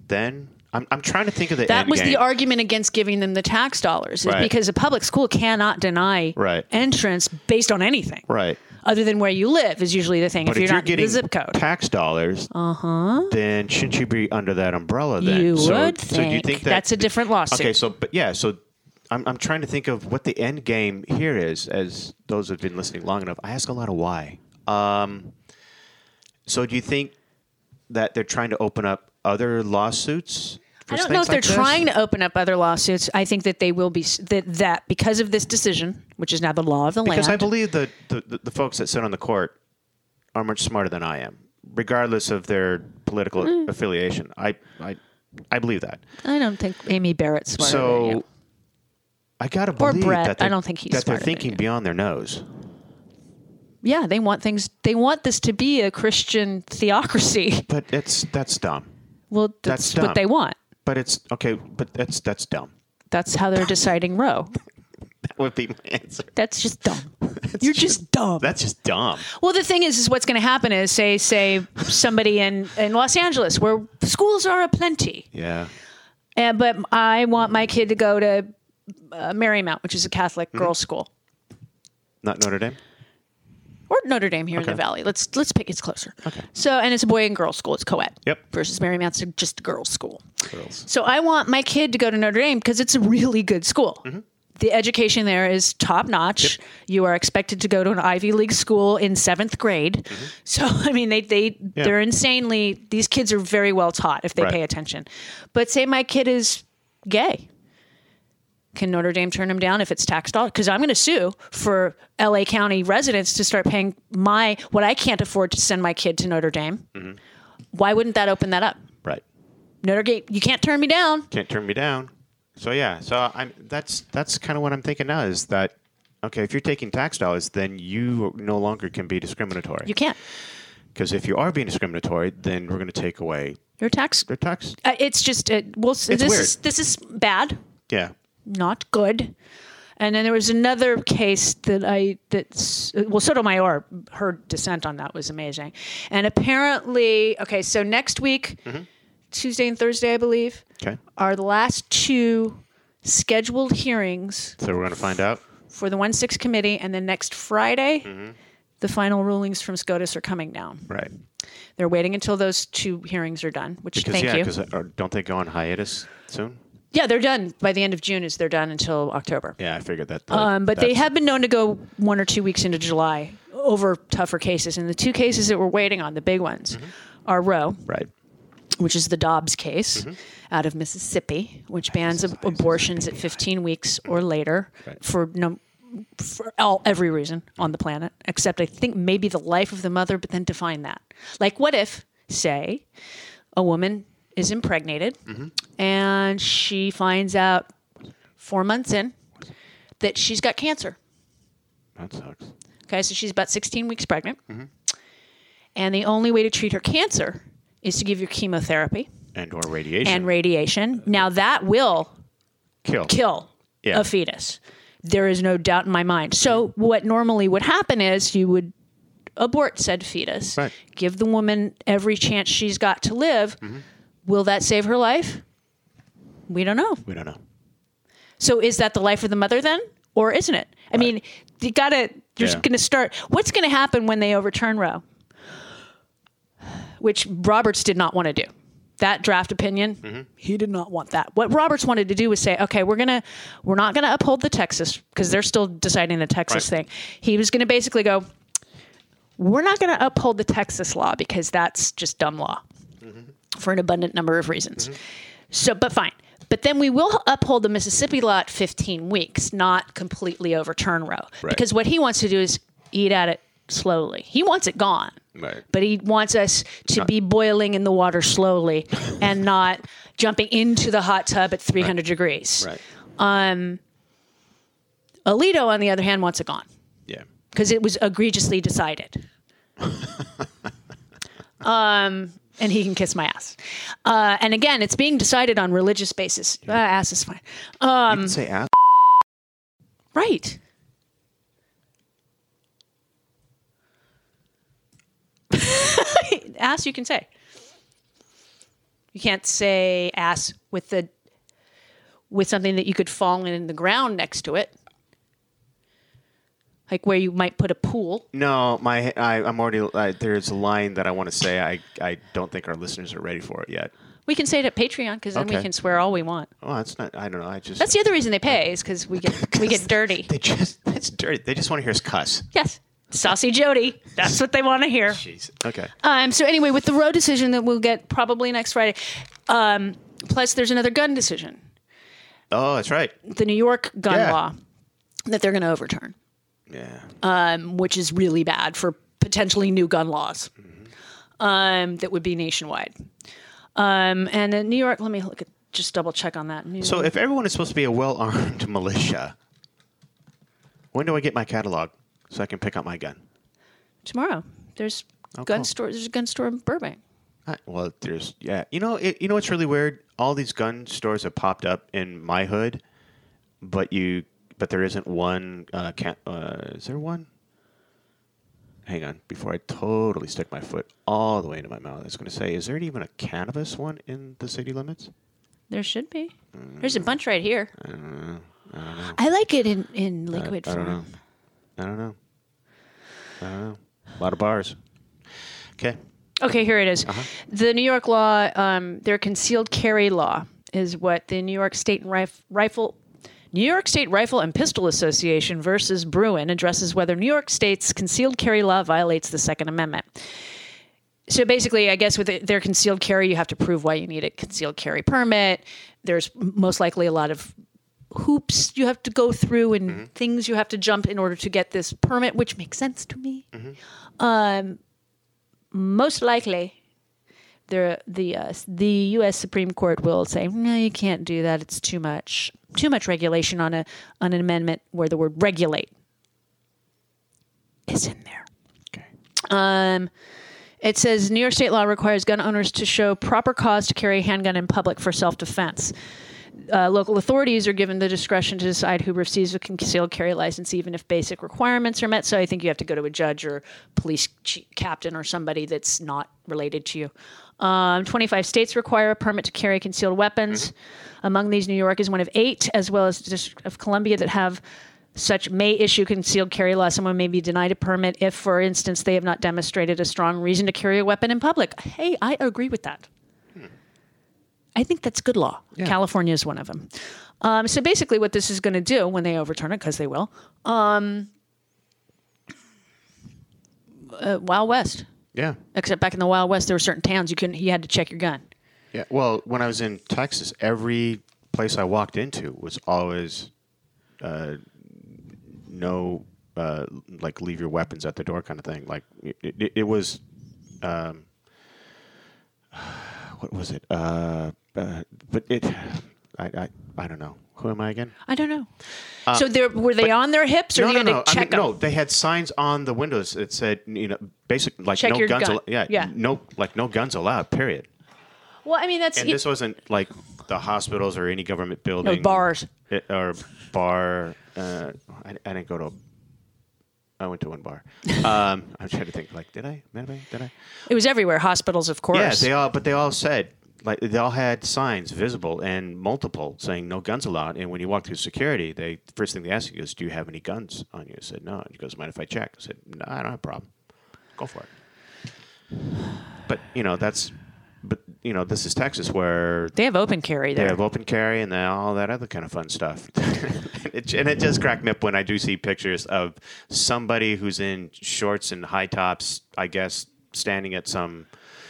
S2: Then I'm, I'm trying to think of the
S1: That
S2: end
S1: was the
S2: game.
S1: argument against giving them the tax dollars, is
S2: Right.
S1: because a public school cannot deny
S2: Right.
S1: entrance based on anything
S2: right.
S1: other than where you live is usually the thing.
S2: But
S1: if you're,
S2: if you're
S1: not in
S2: getting
S1: the zip code, Uh-huh.
S2: tax dollars, uh huh, then shouldn't you be under that umbrella? Then
S1: You
S2: so,
S1: would
S2: so do you
S1: think.
S2: think that,
S1: That's a different lawsuit.
S2: Okay, so but yeah, so I'm I'm trying to think of what the end game here is. As those who've been listening long enough, I ask a lot of why. Um, so do you think that they're trying to open up other lawsuits? for
S1: I don't
S2: things
S1: know if they're
S2: like this?
S1: trying to open up other lawsuits. I think that they will be s- that that because of this decision, which is now the law of the
S2: Because I
S1: land.
S2: believe the, the, the- the folks that sit on the court are much smarter than I am, regardless of their political
S1: Mm.
S2: affiliation. I, I, I believe that.
S1: I don't think Amy Barrett's smarter than
S2: so
S1: you.
S2: I got to
S1: Or
S2: believe
S1: Brett.
S2: that
S1: I
S2: they're-
S1: don't think he's
S2: that they're
S1: smarter than
S2: thinking
S1: you.
S2: beyond their nose.
S1: Yeah, they want things. They want this to be a Christian theocracy.
S2: But it's that's dumb.
S1: Well, that's,
S2: That's
S1: what
S2: dumb.
S1: they want.
S2: But it's okay. But that's that's dumb.
S1: That's how they're deciding Roe.
S2: That would be my answer.
S1: That's just dumb. You're just dumb.
S2: That's just dumb.
S1: Well, the thing is, is what's going to happen is, say, say somebody in in Los Angeles where schools are aplenty,
S2: Yeah.
S1: uh, but I want my kid to go to uh, Marymount, which is a Catholic girls' school,
S2: Not Notre Dame.
S1: or Notre Dame here in the Valley. Let's let's pick it's closer. Okay. So, and it's a boy and girl school. It's co-ed.
S2: Yep.
S1: Versus Marymount's a- just a girls' school.
S2: Girls.
S1: So I want my kid to go to Notre Dame because it's a really good school. The education there is top notch. You are expected to go to an Ivy League school in seventh grade. So I mean, they they they're insanely. These kids are very well taught if they
S2: Right.
S1: pay attention. But say my kid is gay. Can Notre Dame turn him down if it's tax dollars? Because I'm going to sue for LA County residents to start paying my what I can't afford to send my kid to Notre Dame. Why wouldn't that open that up?
S2: Right.
S1: Notre Dame, you can't turn me down.
S2: can't turn me down. So yeah, so I'm that's that's kind of what I'm thinking now is that okay, if you're taking tax dollars, then you no longer can be discriminatory.
S1: You can't.
S2: Because if you are being discriminatory, then we're going to take away
S1: Your tax.
S2: their tax.
S1: Uh, it's just. Uh, well, s this
S2: weird.
S1: is this is bad,
S2: Yeah,
S1: not good. And then there was another case that I that's well Sotomayor her dissent on that was amazing, and apparently okay so next week,
S2: Mm-hmm.
S1: Tuesday and Thursday I believe
S2: okay.
S1: are the last two scheduled hearings
S2: So we're going to find out.
S1: for the one six committee, and then next Friday,
S2: Mm-hmm.
S1: the final rulings from SCOTUS are coming down.
S2: Right.
S1: They're waiting until those two hearings are done, which
S2: Because
S1: thank
S2: yeah,
S1: you.
S2: because don't they go on hiatus soon?
S1: Yeah, they're done by the end of June. Is they're done until October.
S2: Yeah, I figured that.
S1: Um, but they have been known to go one or two weeks into July over tougher cases. And the two cases that we're waiting on, the big ones,
S2: Mm-hmm.
S1: are Roe,
S2: right.
S1: which is the Dobbs case out of Mm-hmm. Mississippi, which bans ab- abortions at 15 weeks or later for no. For all, every reason on the planet, except I think maybe the life of the mother, but then define that. Like, what if, say, a woman is impregnated and she finds out four months in that she's got cancer?
S2: That sucks.
S1: Okay, so she's about 16 weeks pregnant. And the only way to treat her cancer is to give your chemotherapy
S2: And or radiation.
S1: and radiation. Now, that will
S2: kill.
S1: kill
S2: Yeah.
S1: a fetus. There is no doubt in my mind. So, what normally would happen is you would abort said fetus.
S2: Right.
S1: Give the woman every chance she's got to live.
S2: Mm-hmm.
S1: Will that save her life? We don't know.
S2: We don't know.
S1: So is that the life of the mother then, or isn't it? I mean, you gotta. You're
S2: Yeah.
S1: going to start. What's going to happen when they overturn Roe? Which Roberts did not want to do. That draft opinion,
S2: Mm-hmm.
S1: he did not want that. What Roberts wanted to do was say, okay, we're gonna, we're not going to uphold the Texas because they're still deciding the Texas
S2: Right.
S1: thing. He was going to basically go, we're not going to uphold the Texas law because that's just dumb law for an abundant number of reasons.
S2: Mm-hmm.
S1: So, but fine. But then we will uphold the Mississippi law at 15 weeks, not completely overturn Roe.
S2: Right.
S1: Because what he wants to do is eat at it slowly. He wants it gone.
S2: Right.
S1: But he wants us to be boiling in the water slowly and not jumping into the hot tub at 300 degrees.
S2: Right.
S1: Alito, on the other hand, wants it gone
S2: Yeah.
S1: because it was egregiously decided. um, and he can kiss my ass. Uh, and again, it's being decided on religious basis. Uh, ass is fine. Um,
S2: you can say ass.
S1: Right. ass, you can say. You can't say ass with the with something that you could fall in the ground next to it, like where you might put a pool.
S2: No, my I, I'm already. I, there's a line that I want to say. I I don't think our listeners are ready for it yet.
S1: We can say it at Patreon because then we
S2: Okay.
S1: can swear all we want.
S2: Oh, that's not. I don't know. I just.
S1: That's the other reason they pay is because we get we get dirty.
S2: They just. It's dirty. They just want to hear us cuss.
S1: Yes, saucy Jody. That's what they want to hear.
S2: Jeez. Okay.
S1: Um, so anyway, with the Roe decision that we'll get probably next Friday, um, plus there's another gun decision,
S2: Oh, that's right.
S1: the New York gun
S2: Yeah.
S1: law that they're going to overturn,
S2: Yeah.
S1: um, which is really bad for potentially new gun laws um, that would be nationwide. Um, and in New York, let me look at, just double check on that. New
S2: so if everyone is supposed to be a well armed militia, when do I get my catalog so I can pick up my gun?
S1: tomorrow, there's gun
S2: Oh, cool.
S1: store. There's a gun store in Burbank.
S2: I, well, there's yeah. You know, it, you know what's really weird? All these gun stores have popped up in my hood, but you but there isn't one. Uh, can, uh, is there one? Hang on, before I totally stick my foot all the way into my mouth, I was going to say, is there even a cannabis one in the city limits?
S1: There should be. There's a
S2: Mm.
S1: bunch right here. I, like it in, in liquid
S2: I don't know.
S1: form.
S2: I don't know. I don't know. A lot of bars. Okay.
S1: Okay, here it is. The New York law, um, their concealed carry law, is what the New York State and Rif- Rifle. New York State Rifle and Pistol Association versus Bruin addresses whether New York State's concealed carry law violates the Second Amendment. So basically, I guess with the- their concealed carry, you have to prove why you need a concealed carry permit. There's most likely a lot of hoops you have to go through and things you have to jump in order to get this permit, which makes sense to me. Um, most likely, the the uh, the U.S. Supreme Court will say, no, you can't do that. It's too much too much regulation on a on an amendment where the word regulate is in there.
S2: Okay.
S1: Um, it says New York state law requires gun owners to show proper cause to carry a handgun in public for self defense. Uh, local authorities are given the discretion to decide who receives a concealed carry license, even if basic requirements are met. So I think you have to go to a judge or police ch- captain or somebody that's not related to you. Um, 25 states require a permit to carry concealed weapons. Among these, New York is one of eight, as well as the District of Columbia, that have such may issue concealed carry law. Someone may be denied a permit if, for instance, they have not demonstrated a strong reason to carry a weapon in public. Hey, I agree with that. I think that's good law. California is one of them. Um, so basically, what this is going to do when they overturn it, because they will, um, uh, Wild West.
S2: Yeah.
S1: Except back in the Wild West, there were certain towns you couldn't. You had to check your gun.
S2: Yeah. Well, when I was in Texas, every place I walked into was always uh, no, uh, like leave your weapons at the door kind of thing. Like it, it, it was, um, what was it? Uh, uh, but it, I, I, I don't know. Who am I again?
S1: I don't know. so there were they on their hips, or
S2: Uh, No,
S1: you
S2: no,
S1: had
S2: no.
S1: to
S2: I mean,
S1: check
S2: no.
S1: them?
S2: They had signs on the windows that said, you know, basic like
S1: Check
S2: no
S1: your
S2: guns.
S1: gun.
S2: al- yeah,
S1: Yeah.
S2: No, like no guns allowed. Period.
S1: Well, I mean that's
S2: And this wasn't like the hospitals or any government building.
S1: bars.
S2: It- or bar. Uh, I, I didn't go to. I went to one bar. Um, I'm trying to think. Like, did I? Did I? Did I?
S1: It was everywhere. Hospitals, of course.
S2: Yeah, they all. But they all said like they all had signs visible and multiple saying no guns allowed. And when you walk through security, they first thing they ask you is, "Do you have any guns on you?" I said, "No." He goes, "Mind if I check?" I said, "No, I don't have a problem. Go for it." But you know that's, but you know this is Texas where
S1: They have open carry
S2: they
S1: there.
S2: have open carry and then all that other kind of fun stuff. and, it, and it does crack me up when I do see pictures of somebody who's in shorts and high tops, I guess, standing at some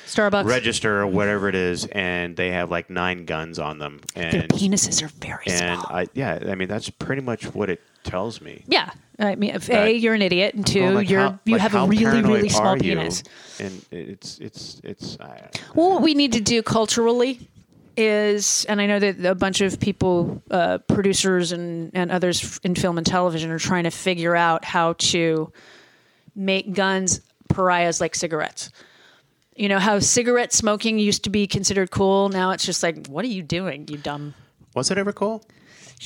S1: Starbucks.
S2: register or whatever it is, and they have like nine guns on them.
S1: Their
S2: And,
S1: penises are very
S2: and
S1: small.
S2: I, yeah, I mean, that's pretty much what it tells me.
S1: yeah. I mean, if
S2: That-
S1: A, you're an idiot, and two,
S2: Well, like,
S1: you're
S2: how-
S1: you
S2: like,
S1: have a
S2: how
S1: really
S2: paranoid
S1: really small
S2: are you?
S1: penis.
S2: And it's, it's, it's, I,
S1: Well, what we need to do culturally is, and I know that a bunch of people, uh, producers and, and others f- in film and television, are trying to figure out how to make guns pariahs like cigarettes. You know how cigarette smoking used to be considered cool. Now it's just like, what are you doing, you dumb?
S2: was it ever cool?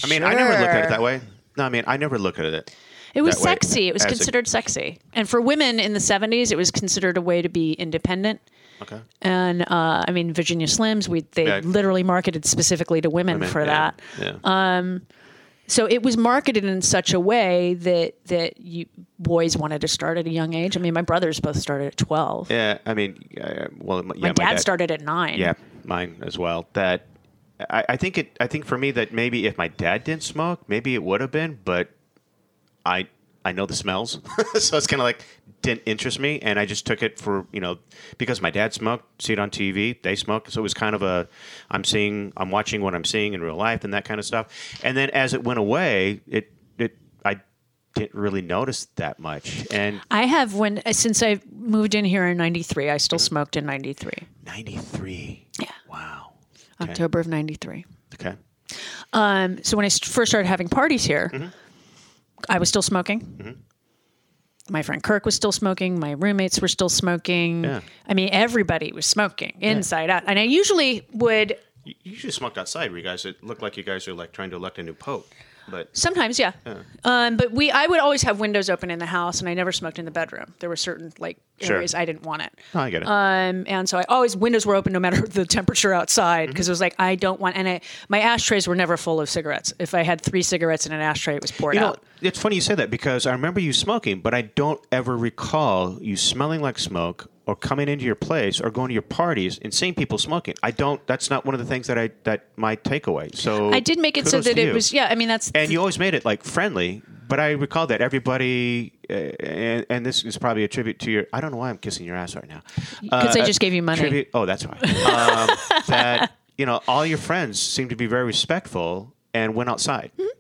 S2: I mean, I never looked at it
S1: Sure.
S2: that way. No, I mean, I never looked at it.
S1: It was
S2: that way
S1: sexy. It was
S2: as a-
S1: considered sexy, and for women in the '70s, it was considered a way to be independent.
S2: Okay.
S1: And uh, I mean, Virginia Slims, we they
S2: Yeah.
S1: literally marketed specifically to women, for
S2: Yeah,
S1: that. Um,
S2: Yeah.
S1: So it was marketed in such a way that that you boys wanted to start at a young age. I mean, my brothers both started at twelve.
S2: yeah. I mean, uh, well, my, yeah,
S1: my, dad started at nine.
S2: Yeah, mine as well. That I, I think it. I think for me that maybe if my dad didn't smoke, maybe it would have been. But I I know the smells, so it's kind of like didn't interest me, and I just took it for you know because my dad smoked, see it on TV, they smoked, so it was kind of a I'm seeing, I'm watching what I'm seeing in real life and that kind of stuff. And then as it went away, it it I didn't really notice that much. And
S1: I have when uh, since I moved in here in '93, I still smoked in '93,
S2: '93. Yeah. Wow.
S1: October of '93.
S2: Okay.
S1: Um, so when I st- first started having parties here,
S2: Mm-hmm.
S1: I was still smoking. My friend Kirk was still smoking. My roommates were still smoking.
S2: Yeah.
S1: I mean, everybody was smoking inside out. And I usually would
S2: You you should have smoked outside where you guys it looked like you guys are like trying to elect a new pope. But
S1: Sometimes, yeah. Um, but we, I would always have windows open in the house, and I never smoked in the bedroom. There were certain like
S2: Sure.
S1: areas I didn't want it.
S2: No, I get it.
S1: Um, and so I always windows were open no matter the temperature
S2: Mm-hmm.
S1: outside because it was like I don't want. And I, my ashtrays were never full of cigarettes. If I had three cigarettes in an ashtray, it was poured
S2: you know,
S1: out.
S2: it's funny you say that because I remember you smoking, but I don't ever recall you smelling like smoke or coming into your place or going to your parties and seeing people smoking. I don't that's not one of the things that I that my takeaway. So
S1: I did make it so
S2: kudos
S1: that
S2: to
S1: it
S2: you.
S1: was yeah. I mean that's
S2: and you always made it like friendly but i recall that everybody uh, and, and this is probably a tribute to your i don't know why i'm kissing your ass right now
S1: 'Cause
S2: uh,
S1: I just gave you money.
S2: tribute- oh that's why um, that you know all your friends seemed to be very respectful and went outside
S1: Mm-hmm.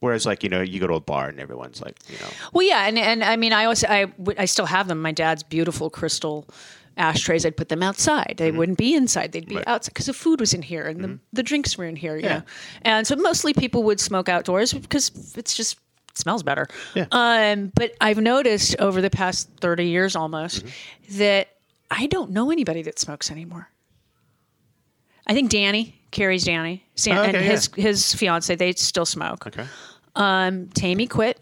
S2: whereas like you know you go to a bar and everyone's like you know
S1: Well, yeah, and and I mean, I also I would- I still have them. My dad's beautiful crystal ashtrays. I'd put them outside.
S2: Mm-hmm.
S1: They wouldn't be inside. They'd be outside because the food was in here and the, the drinks were in here. You
S2: Yeah.
S1: know, and so mostly people would smoke outdoors because it's just it smells better.
S2: Yeah.
S1: Um, but I've noticed over the past thirty years almost
S2: Mm-hmm.
S1: that I don't know anybody that smokes anymore. I think Danny carries Danny Sam,
S2: Oh,
S1: and
S2: okay,
S1: his his fiance. They still smoke.
S2: okay
S1: Um, Tammy quit.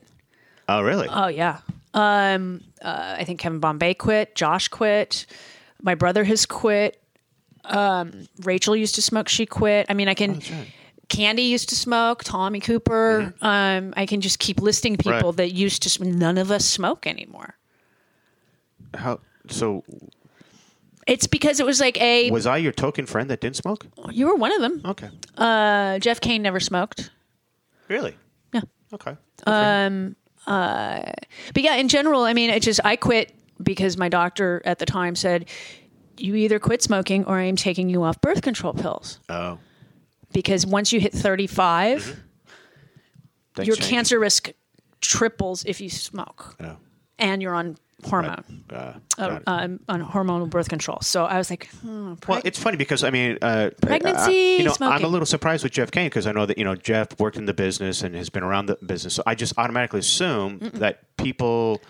S2: oh really
S1: Oh yeah. Um, uh, I think Kevin Bombay quit. Josh quit. My brother has quit. Um, Rachel used to smoke. She quit. I mean, I
S2: Oh,
S1: can. Candy used to smoke. Tommy Cooper. Um, I can just keep listing people
S2: Mm-hmm. Right.
S1: that used to. sm- None of us smoke anymore.
S2: how so
S1: It's because it was like a.
S2: was i your token friend that didn't smoke
S1: you were one of them.
S2: okay
S1: Uh, Jeff Kane never smoked.
S2: really
S1: Yeah. Uh,
S2: okay
S1: But yeah, in general, I mean, it just I quit because my doctor at the time said, "You either quit smoking or I am taking you off birth control pills."
S2: oh
S1: because once you hit 35,
S2: Mm-hmm. Things
S1: your
S2: change.
S1: cancer risk triples if you smoke
S2: oh.
S1: and you're on hormone,
S2: Uh,
S1: uh,
S2: got it.
S1: um, on hormonal birth control. So I was like, hmm,
S2: Well, it's funny because I mean, uh,
S1: Pregnancy,
S2: I- you know, I'm
S1: smoking.
S2: a little surprised with Jeff Kane because I know that you know Jeff worked in the business and has been around the business. So I just automatically assume that people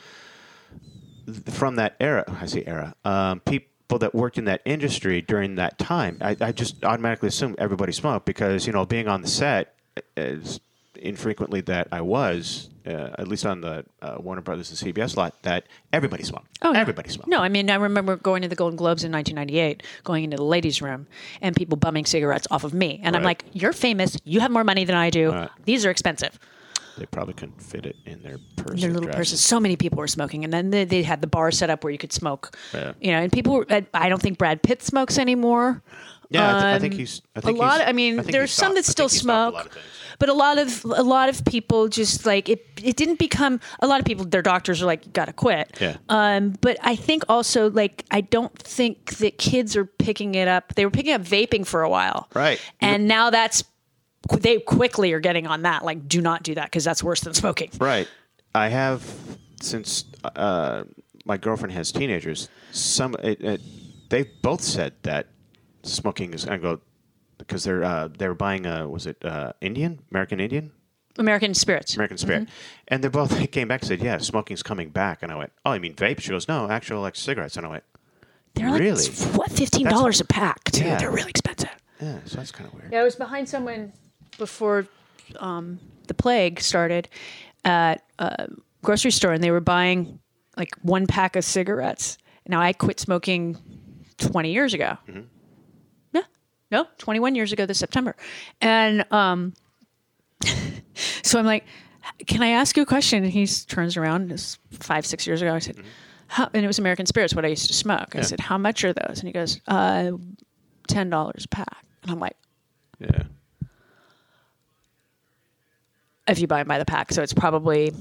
S2: from that era, I say era, um, people that worked in that industry during that time, I, I just automatically assume everybody smoked because you know being on the set as infrequently that I was, uh, at least on the uh, Warner Brothers and CBS lot, that everybody swung.
S1: Oh, yeah.
S2: everybody swung.
S1: No, I mean, I remember going to the Golden Globes in 1998, going into the ladies' room, and people bumming cigarettes off of me. And I'm like,
S2: Right.
S1: you're famous. You have more money than I do.
S2: Right.
S1: These are expensive.
S2: They probably couldn't fit it in their purse.
S1: Their
S2: or
S1: little
S2: dress.
S1: purses. So many people were smoking. And then they, they had the bar set up where you could smoke.
S2: Yeah.
S1: You know, and people, were, I, I don't think Brad Pitt smokes anymore.
S2: Yeah, I, th- I think he's. I think
S1: Um, a lot.
S2: he's-
S1: I mean,
S2: I think
S1: there's
S2: he's
S1: some
S2: stopped.
S1: that
S2: I
S1: still
S2: think he's
S1: smoke,
S2: stopped a lot of things.
S1: but a lot of a lot of people just like it. It didn't become a lot of people. Their doctors are like, you gotta quit.
S2: Yeah.
S1: Um, but I think also like I don't think that kids are picking it up. They were picking up vaping for a while,
S2: Right.
S1: And now that's they quickly are getting on that. Like, do not do that because that's worse than smoking.
S2: Right. I have since uh, my girlfriend has teenagers. Some it, it, they both said that smoking is. I go because they're uh, they were buying a was it uh, Indian American Indian
S1: American spirits.
S2: American Spirit,
S1: Mm-hmm.
S2: and they both they came back and said yeah smoking's coming back and I went oh you mean vape she goes no actual like cigarettes and I went
S1: They're like
S2: Really?
S1: what fifteen dollars a pack. Too.
S2: Yeah.
S1: They're really expensive.
S2: yeah so that's kind of weird
S1: Yeah, I was behind someone before um, the plague started at a grocery store, and they were buying like one pack of cigarettes. Now I quit smoking 20 years ago. Yeah, no, 21 years ago this September, and um, so I'm like, "Can I ask you a question?" And he s- turns around. It's five, six years ago. I said. How, and it was American Spirits, what I used to smoke. I said, "How much are those?" And he goes, uh, ten dollars a pack." And I'm like,
S2: yeah
S1: if you buy them by the pack. So it's probably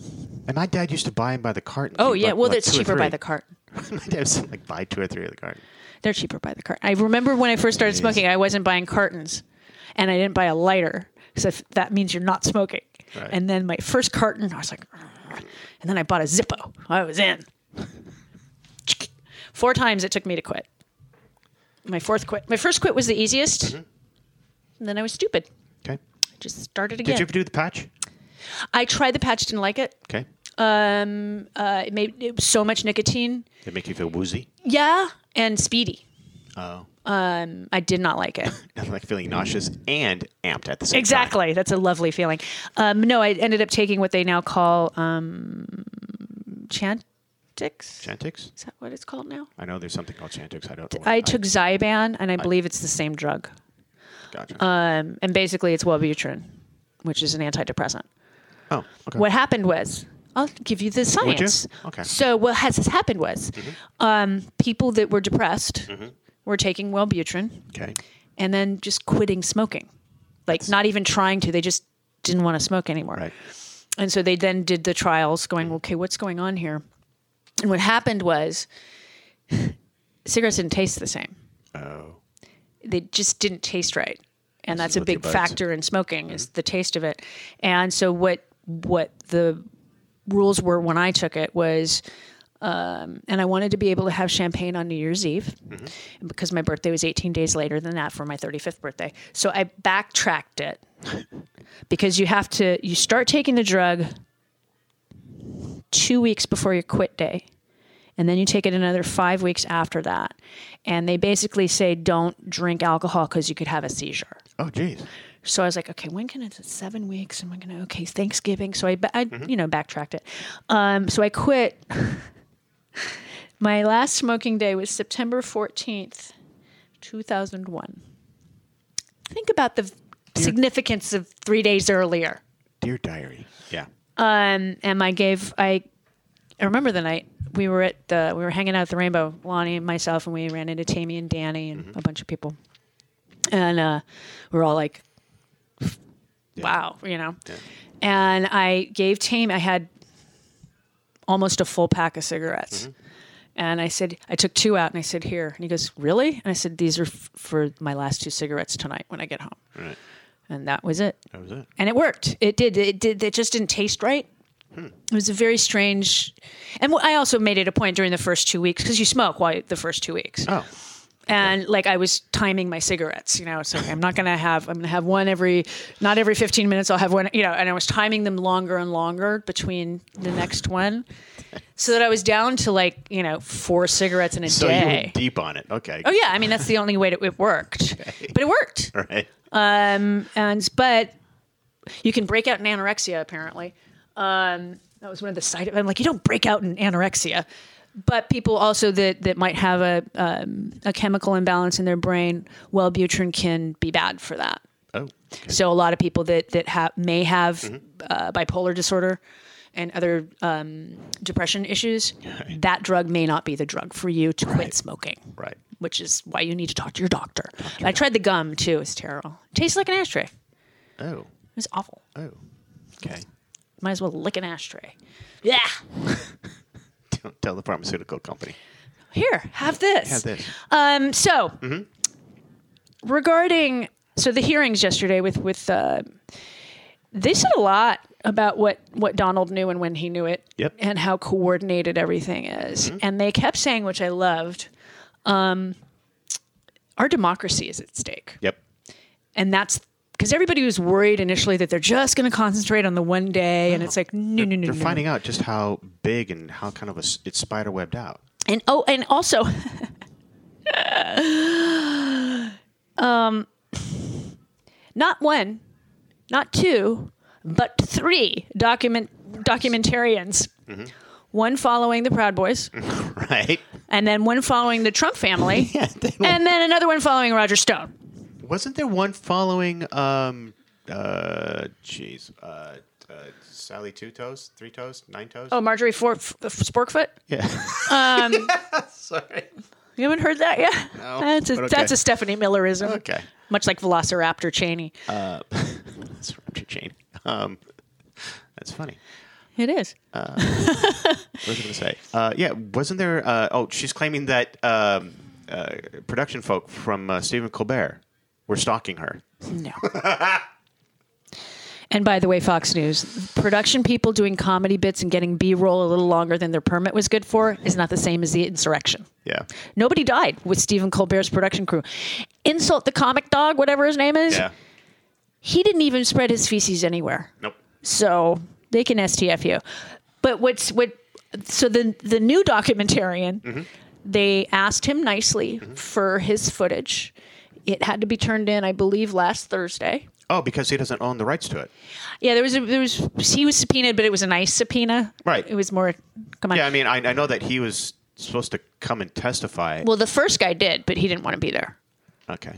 S2: and my dad used to buy them by the carton
S1: oh
S2: He'd
S1: yeah,
S2: buy,
S1: well
S2: like,
S1: it's
S2: two or
S1: cheaper by
S2: three.
S1: the cart.
S2: my dad was like buy two or three of the carton
S1: They're cheaper by the cart. I remember when I first started smoking, I wasn't buying cartons, and I didn't buy a lighter because that means you're not smoking.
S2: Right.
S1: And then my first carton, I was like, "Ugh." and then I bought a Zippo. I was in. Four times it took me to quit. My fourth quit. My first quit was the easiest.
S2: Mm-hmm.
S1: And then I was stupid.
S2: okay
S1: I just started
S2: did
S1: again.
S2: you ever do the patch
S1: I tried the patch, didn't like it.
S2: okay
S1: Um, uh, it made it was so much nicotine.
S2: they make you feel woozy
S1: Yeah, and speedy.
S2: oh.
S1: I did not like it.
S2: and like feeling nauseous and amped at the same time.
S1: Exactly. That's a lovely feeling. Um, no, I ended up taking what they now call um, Chantix. Is
S2: Chantix?
S1: that what it's called now?
S2: I know there's something called Chantix. I don't know. what-
S1: I took Zyban, and I believe it's the same drug.
S2: Gotcha.
S1: Um, and basically, it's Wellbutrin, which is an antidepressant.
S2: oh, okay.
S1: What happened was, I'll give you the
S2: Would you?
S1: science.
S2: Okay. Mm-hmm.
S1: So what has happened was, um, people that were depressed were taking Wellbutrin.
S2: okay.
S1: and then just quitting smoking. Like not even trying to, they just didn't want to smoke anymore.
S2: Right.
S1: And so they then did the trials going, okay, what's going on here? And what happened was cigarettes didn't taste the same.
S2: Oh.
S1: They just didn't taste right. And that's a
S2: what your
S1: big
S2: body's-
S1: factor in smoking is the taste of it. And so what what the rules were when I took it was um, and I wanted to be able to have champagne on New Year's Eve and because my birthday was 18 days later than that for my 35th birthday. So I backtracked it because you have to, you start taking the drug two weeks before your quit day. And then you take it another five weeks after that. And they basically say don't drink alcohol because you could have a seizure.
S2: Oh, geez.
S1: So I was like, okay, when can it? Seven weeks, and when can I? Okay, Thanksgiving. So I, ba- I you know, backtracked it. Um, so I quit. My last smoking day was September fourteenth, two thousand one. Think about the v- significance of three days earlier.
S2: Dear diary. Yeah.
S1: Um, and I gave I, I remember the night we were at the we were hanging out at the Rainbow, Lonnie and myself, and we ran into Tammy and Danny and a bunch of people, and uh, we were all like, "Wow," you know. And I gave Tammy. I had almost a full pack of cigarettes. And I said, I took two out and I said, here. And he goes, really? And I said, these are f- for my last two cigarettes tonight when I get home.
S2: Right.
S1: And that was it
S2: That was it.
S1: and it worked. It did. It did. It just didn't taste right.
S2: Hmm.
S1: It was a very strange, and wh- I also made it a point during the first two weeks because you smoke while the first two weeks,
S2: Oh.
S1: and like I was timing my cigarettes. You know, so I'm not gonna have. I'm gonna have one every, not every 15 minutes. I'll have one. You know, and I was timing them longer and longer between the next one, so that I was down to like you know four cigarettes in a
S2: So you
S1: day.
S2: went deep on it. Okay.
S1: Oh yeah, I mean that's the only way that it worked, but it worked.
S2: All right.
S1: Um, and but you can break out in anorexia apparently Um, that was one of the side. I'm like, you don't break out in anorexia, but people also that that might have a um, a chemical imbalance in their brain, Wellbutrin can be bad for that.
S2: Oh,
S1: So a lot of people that that ha- may have uh, bipolar disorder and other um, depression issues, that drug may not be the drug for you to quit smoking.
S2: right.
S1: Which is why you need to talk to your doctor. I tried the gum too; it's terrible. tastes like an ashtray.
S2: Oh,
S1: It's awful.
S2: oh. Okay.
S1: Might as well lick an ashtray. Yeah.
S2: Don't tell the pharmaceutical company.
S1: Here, have this.
S2: Have this. Mm-hmm.
S1: Um, so, regarding so the hearings yesterday with with uh, they said a lot about what what Donald knew and when he knew it,
S2: Yep. Mm-hmm.
S1: and how coordinated everything is. And they kept saying, which I loved, um, our democracy is at stake,
S2: Yep.
S1: and that's. Because everybody was worried initially that they're just going to concentrate on the one day, and it's like no, no, no.
S2: Oh. They're
S1: no, no.
S2: finding out just how big and how kind of a s- it's spider webbed out.
S1: And oh, and also, um, um, not one, not two, but three document documentarians.
S2: Mm-hmm.
S1: One following the Proud Boys,
S2: Right.
S1: and then one following the Trump family,
S2: Mm-hmm. Yeah. They,
S1: and then another one following Roger Stone.
S2: wasn't there one following? Um. Uh. Jeez. Uh. uh Sally two toes, three toes, nine toes.
S1: Oh, Marjorie For- F- Sporkfoot.
S2: Yeah. Sorry.
S1: You haven't heard that yet?
S2: No,
S1: that's a,
S2: but okay.
S1: that's a Stephanie Millerism.
S2: Okay. Uh,
S1: much like Velociraptor Cheney.
S2: That's Roger Chain. Um. That's funny.
S1: it is.
S2: What was I going to say? Uh, yeah, wasn't there? Uh, oh, she's claiming that um, uh, production folk from uh, Stephen Colbert were stalking her.
S1: No. and by the way, Fox News, production people doing comedy bits and getting B roll a little longer than their permit was good for is not the same as the insurrection.
S2: Yeah,
S1: Nobody died with Stephen Colbert's production crew. Insult the comic dog, whatever his name is.
S2: yeah.
S1: He didn't even spread his feces anywhere.
S2: Nope.
S1: So they can STF you. But what's what? So the the new documentarian, they asked him nicely for his footage. It had to be turned in, I believe, last Thursday.
S2: Oh, because he doesn't own the rights to it.
S1: Yeah, there was a, there was he was subpoenaed, but it was a nice subpoena.
S2: Right.
S1: It was more. Come on.
S2: Yeah, I mean, I, I know that he was supposed to come and testify.
S1: well, the first guy did, but he didn't want to be there.
S2: okay.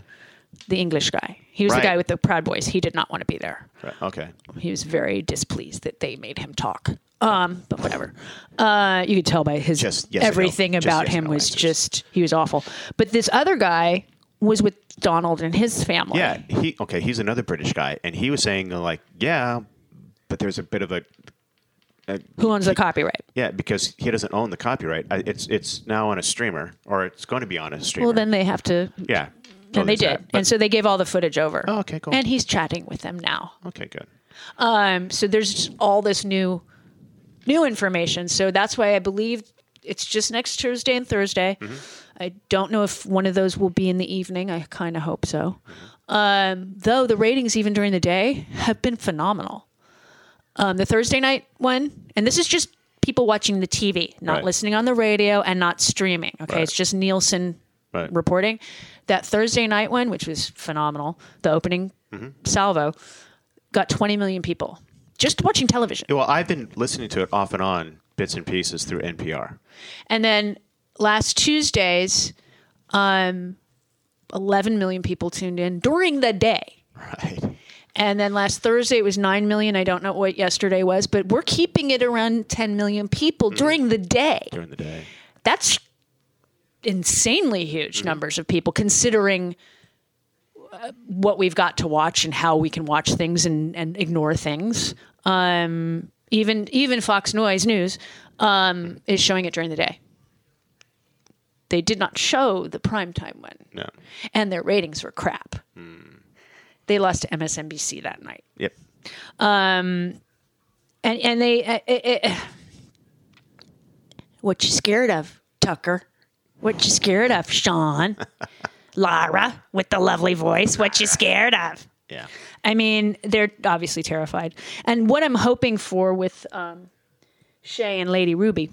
S1: The English guy. He was
S2: Right.
S1: the guy with the Proud Boys. He did not want to be there.
S2: Right. Okay.
S1: He was very displeased that they made him talk. Um, but whatever. Uh, you could tell by his
S2: Just yes and no.
S1: everything
S2: Just
S1: about
S2: yes
S1: him
S2: and no
S1: was
S2: answers.
S1: just he was awful. But this other guy was with Donald and his family.
S2: Yeah. He okay. He's another British guy, and he was saying uh, like, yeah, but there's a bit of a
S1: Who owns the copyright?
S2: yeah because he doesn't own the copyright. I, it's it's now on a streamer, or it's going to be on a streamer.
S1: Well, then they have to.
S2: yeah.
S1: And they
S2: Totally sad,
S1: did.
S2: but-
S1: and so they gave all the footage over.
S2: Oh, okay, cool.
S1: And he's chatting with them now.
S2: okay, good.
S1: Um, so there's just all this new new information. So that's why I believe it's just next Tuesday and Thursday. I don't know if one of those will be in the evening. I kind of hope so. Um, though the ratings, even during the day, have been phenomenal. Um, the Thursday night one, and this is just people watching the TV, not
S2: Right.
S1: listening on the radio and not streaming. Okay, it's just Nielsen
S2: Right.
S1: reporting. That Thursday night one, which was phenomenal, the opening
S2: Mm-hmm.
S1: salvo, got 20 million people just watching television.
S2: Well, I've been listening to it off and on, bits and pieces through NPR.
S1: And then last Tuesday's, um, 11 million people tuned in during the day.
S2: Right.
S1: And then last Thursday it was 9 million. I don't know what yesterday was, but we're keeping it around 10 million people during the day.
S2: Mm-hmm. During the day.
S1: That's insanely huge numbers of people considering uh, what we've got to watch and how we can watch things and, and ignore things. Um, even even Fox Noise News um, is showing it during the day. They did not show the primetime one,
S2: No.
S1: and their ratings were crap. They lost to MSNBC that night
S2: Yep.
S1: and and they uh, uh, uh, what you scared of tucker what you scared of sean lara with the lovely voice what you scared of
S2: Yeah.
S1: i mean they're obviously terrified and what i'm hoping for with um, shay and lady ruby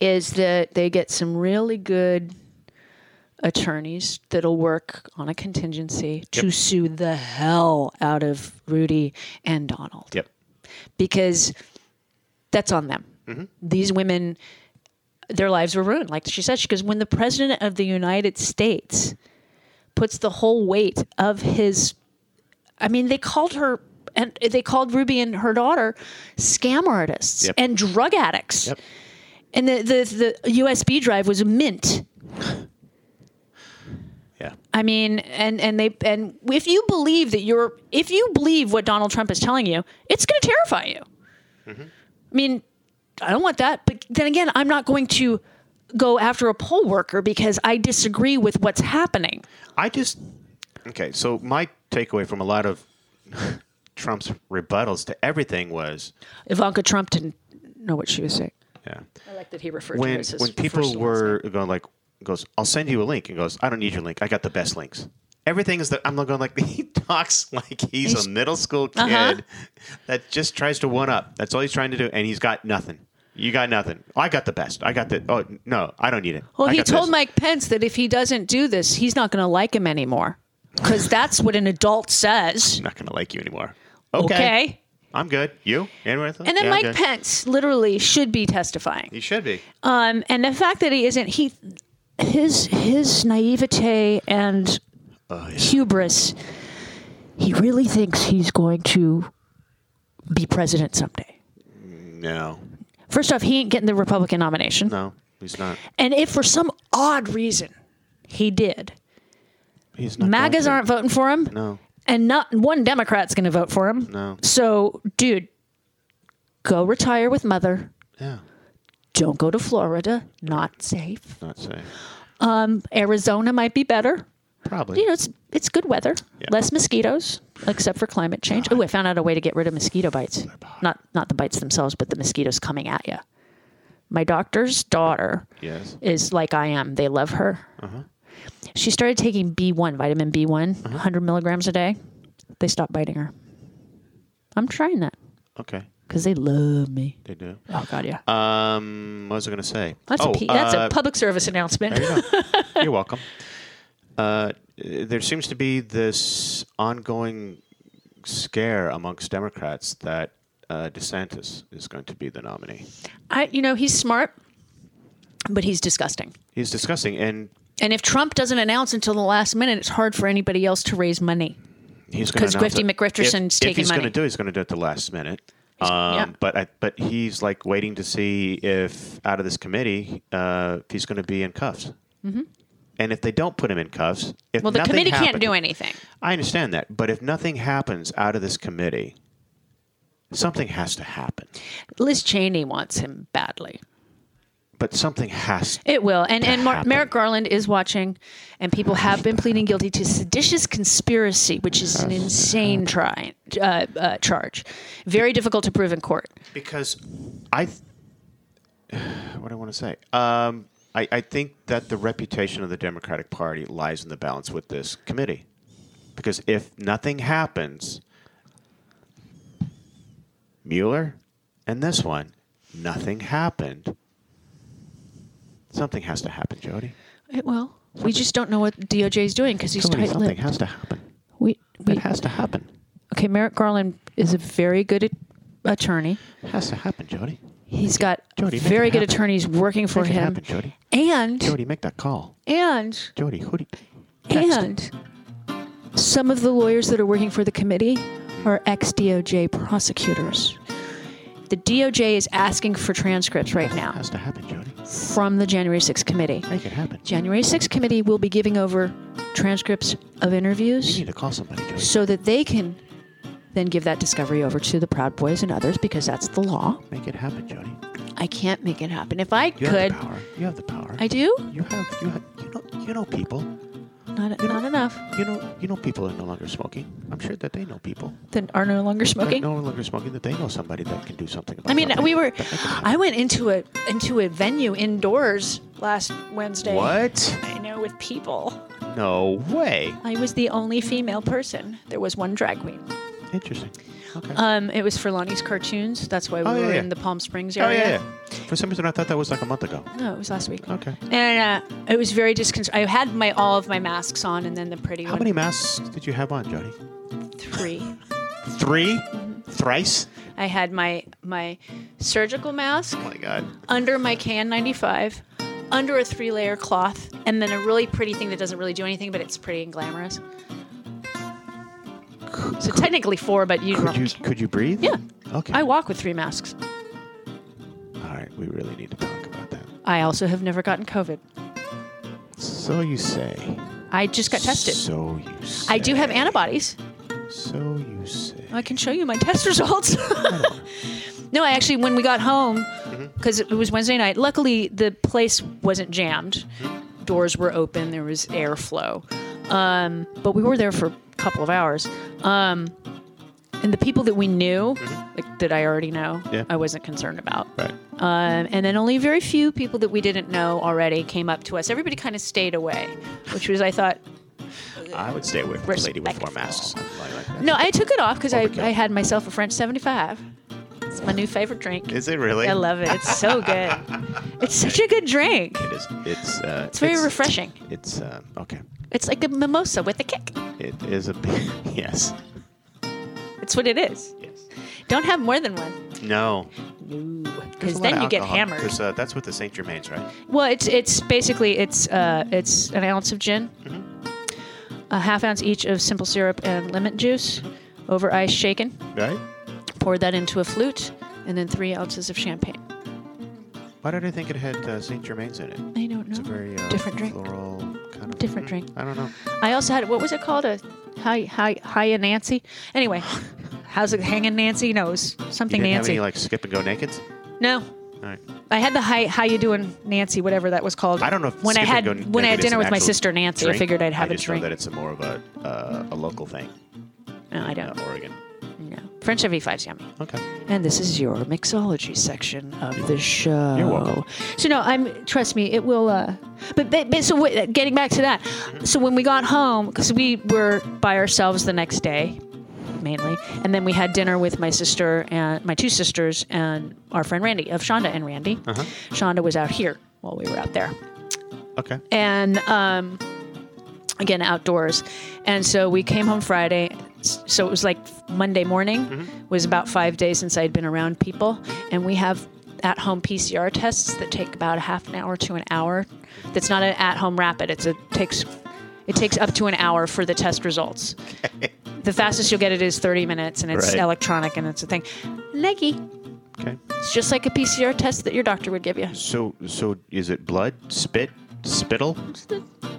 S1: is that they get some really good attorneys that'll work on a contingency to sue the hell out of rudy and donald
S2: Yep.
S1: because that's on them.
S2: Mm-hmm.
S1: These women, their lives were ruined, like she said. Because when the president of the United States puts the whole weight of his, I mean, they called her and they called Ruby and her daughter scam artists
S2: Yep.
S1: and drug addicts.
S2: Yep.
S1: And the, the the USB drive was mint.
S2: Yeah.
S1: I mean, and and they and if you believe that you're if you believe what Donald Trump is telling you, it's going to terrify you.
S2: Mm-hmm.
S1: I mean, I don't want that, but then again, I'm not going to go after a poll worker because I disagree with what's happening.
S2: I just okay. So my takeaway from a lot of Trump's rebuttals to everything was,
S1: Ivanka Trump didn't know what she was saying.
S2: yeah,
S1: I like that he referred to
S2: when
S1: it as his
S2: when people
S1: personal
S2: were going like goes, I'll send you a link, and goes, I don't need your link. I got the best links. Everything is that I'm going like he talks like he's,
S1: He's-
S2: a middle school kid
S1: Uh-huh.
S2: that just tries to one up. That's all he's trying to do, and he's got nothing. You got nothing. "Oh, I got the best. I got the. Oh no, I don't need it.
S1: Well,
S2: I
S1: he
S2: got
S1: told
S2: this."
S1: Mike Pence that if he doesn't do this, he's not going to like him anymore because that's what an adult says.
S2: I'm not going to like you anymore.
S1: Okay.
S2: Okay. I'm good. You? Anyone else?
S1: And then
S2: Yeah, I'm
S1: Mike
S2: good.
S1: Pence literally should be testifying.
S2: He should be.
S1: Um, and the fact that he isn't, he, his his naivete and
S2: Oh,
S1: hubris, he really thinks he's going to be president someday.
S2: No.
S1: First off, he ain't getting the Republican nomination,
S2: No, he's not.
S1: and if for some odd reason he did,
S2: He's not.
S1: MAGAs
S2: going
S1: aren't voting for him,
S2: to. No.
S1: and not one Democrat's going to vote for him.
S2: No.
S1: So, dude, go retire with mother.
S2: Yeah.
S1: Don't go to Florida. Not safe.
S2: Not safe.
S1: Arizona might be better.
S2: Probably.
S1: You know, it's it's good weather, less mosquitoes, except for climate change. Oh, I found out a way to get rid of mosquito bites. Not not the bites themselves, but the mosquitoes coming at you. My doctor's daughter
S2: Yes.
S1: is like I am. They love her.
S2: Uh-huh.
S1: She started taking B1, vitamin B1, 100 milligrams a day. They stopped biting her. I'm trying that
S2: Okay.
S1: because they love me.
S2: They do.
S1: Oh God, yeah.
S2: Um, what was I going to say?
S1: that's
S2: oh,
S1: a a that's
S2: uh,
S1: a public service announcement.
S2: You're welcome. Uh, there seems to be this ongoing scare amongst Democrats that uh, DeSantis is going to be the nominee.
S1: I, you know, he's smart, but he's disgusting.
S2: He's discussing, and
S1: And if Trump doesn't announce until the last minute, it's hard for anybody else to raise money.
S2: he's going
S1: 'Cause
S2: to
S1: Grifty McGrifterson's
S2: if,
S1: taking
S2: if he's
S1: money.
S2: going to do, it, he's going to do it at the last minute. Um,
S1: yeah.
S2: But I, but he's like waiting to see if out of this committee uh, if he's going to be in cuffs. And if they don't put him in cuffs, if
S1: Mm-hmm. Well, the
S2: nothing
S1: committee can't
S2: happened-
S1: do anything.
S2: I understand that, but if nothing happens out of this committee, something has to happen.
S1: Liz Cheney wants him badly.
S2: But something has.
S1: It will. And and Mar-
S2: happen.
S1: Merrick Garland is watching, and people have been pleading guilty to seditious conspiracy, which is an insane try, uh, uh, charge. Very difficult to prove in court.
S2: because I th- what do I want to say. Um, I, I think that the reputation of the Democratic Party lies in the balance with this committee, because if nothing happens, Mueller and this one, nothing happened. Something has to happen, Jody.
S1: It will. We just don't know what DOJ is doing because he's
S2: Somebody-
S1: tight
S2: something
S1: lipped.
S2: has to happen.
S1: We,
S2: It
S1: we,
S2: has to happen.
S1: okay, Merrick Garland is a very good at- attorney.
S2: It has to happen, Jody.
S1: He's got
S2: Jody, make it
S1: very good
S2: happen.
S1: attorneys working for
S2: Make it
S1: him.
S2: happen, Jody.
S1: And
S2: Jody, make that call.
S1: and
S2: Jody, who do you-
S1: and some of the lawyers that are working for the committee are ex DOJ prosecutors. The DOJ is asking for transcripts right now
S2: has to happen, Jody.
S1: from the January 6th committee.
S2: Make it happen.
S1: January 6th committee will be giving over transcripts of
S2: You
S1: interviews
S2: need to call somebody, Jody.
S1: so that they can then give that discovery over to the Proud Boys and others because that's the law.
S2: Make it happen, Jody.
S1: I can't make it happen. If I
S2: You
S1: could,
S2: have the power. You have the power.
S1: I do.
S2: You have. You have. You know. You know people.
S1: Not not enough.
S2: You know. You know people are no longer smoking. I'm sure that they know people.
S1: That are no longer
S2: that
S1: smoking.
S2: No longer smoking. That they know somebody that can do something about.
S1: I mean,
S2: something.
S1: we were.
S2: That make it happen.
S1: I went into a into a venue indoors last Wednesday.
S2: What?
S1: I know with people.
S2: No way.
S1: I was the only female person. There was one drag queen.
S2: Interesting. Okay.
S1: Um, it was for Lonnie's cartoons. That's why we
S2: Oh, yeah,
S1: were
S2: yeah.
S1: in the Palm Springs
S2: oh yeah, Oh.
S1: area.
S2: yeah. For some reason, I thought that was like a month ago.
S1: No, it was last week.
S2: Okay.
S1: And uh, it was very disconcert. I had my all of my masks on, and then the pretty
S2: How
S1: one.
S2: many masks did you have on, Jody?
S1: Three.
S2: Three. Thrice.
S1: I had my my surgical mask
S2: Oh my god.
S1: under my can 95 under a three layer cloth and then a really pretty thing that doesn't really do anything but it's pretty and glamorous so technically four but you
S2: Could
S1: don't
S2: you could you breathe?
S1: yeah
S2: Okay.
S1: i walk with three masks
S2: All right. We really need to talk about that.
S1: i also have never gotten covid
S2: So you say.
S1: i just got tested
S2: So you. Say.
S1: i do have antibodies
S2: So you say.
S1: I can show you my test results. no, I actually, when we got home, because it was Wednesday night, luckily the place wasn't jammed. Doors were open, there was airflow. Um, but we were there for a couple of hours. Um, and the people that we knew, like that I already know,
S2: Yeah.
S1: I wasn't concerned about.
S2: Right.
S1: Um, and then only very few people that we didn't know already came up to us. Everybody kind of stayed away, which was, I thought,
S2: I would stay away from a lady with four masks. I like that.
S1: No, I took it off because I,
S2: Overkill.
S1: I had myself a French 75. It's my new favorite drink.
S2: Is it really?
S1: I love it. It's so good. It's such a good drink.
S2: It is. It's. Uh,
S1: It's very refreshing.
S2: It's. Uh, okay.
S1: It's like a mimosa with a kick.
S2: It is a. yes.
S1: It's what it is.
S2: Yes.
S1: Don't have more than one.
S2: No.
S1: No,
S2: There's
S1: because
S2: a lot
S1: then
S2: of
S1: you get
S2: alcohol,
S1: hammered.
S2: 'cause, uh, that's with the Saint Germain's, right?
S1: Well, it's it's basically it's uh it's an ounce of gin,
S2: Mm-hmm.
S1: a half ounce each of simple syrup and lemon juice, over ice shaken.
S2: Right.
S1: Pour that into a flute, and then three ounces of champagne.
S2: Why did I think it had uh, Saint Germain's in it?
S1: I don't know.
S2: It's a very uh,
S1: Mm-hmm. Different drink.
S2: floral kind of
S1: Different
S2: Mm,
S1: drink.
S2: I don't know.
S1: I also had what was it called? A hi hi hi Nancy. Anyway, how's it hanging Nancy? No, it was
S2: You
S1: something
S2: didn't have
S1: Nancy.
S2: any like skip and go nakeds?
S1: no.
S2: All right.
S1: I had the hi how you doing Nancy whatever that was called.
S2: I don't know. If
S1: when I
S2: skip
S1: had
S2: and go naked
S1: when I had
S2: is
S1: dinner
S2: an
S1: with my
S2: actual
S1: sister Nancy,
S2: drink.
S1: I figured I'd have
S2: I
S1: a
S2: just
S1: drink.
S2: know that it's a more of a uh, a local thing,
S1: no, I
S2: uh,
S1: don't.
S2: Oregon.
S1: No. French every five's yummy.
S2: Okay.
S1: And this is your mixology section of the show.
S2: You're welcome.
S1: So no, I'm trust me, it will. Uh, but, but but so wait, getting back to that, so when we got home, because we were by ourselves the next day, mainly, and then we had dinner with my sister and my two sisters and our friend Randy of Shonda and Randy.
S2: Uh-huh.
S1: Shonda was out here while we were out there
S2: Okay.
S1: and um, again outdoors. And so we came home Friday. S- So it was like Monday morning. Was about five days since I'd been around people, and we have at-home PCR tests that take about a half an hour to an hour. That's not an at-home rapid. It's a takes. It takes up to an hour for the test results. The fastest you'll get it is 30 minutes, and it's
S2: Right.
S1: electronic, and it's a thing. Leggy.
S2: Okay.
S1: It's just like a PCR test that your doctor would give you.
S2: So so is it blood, spit, spittle?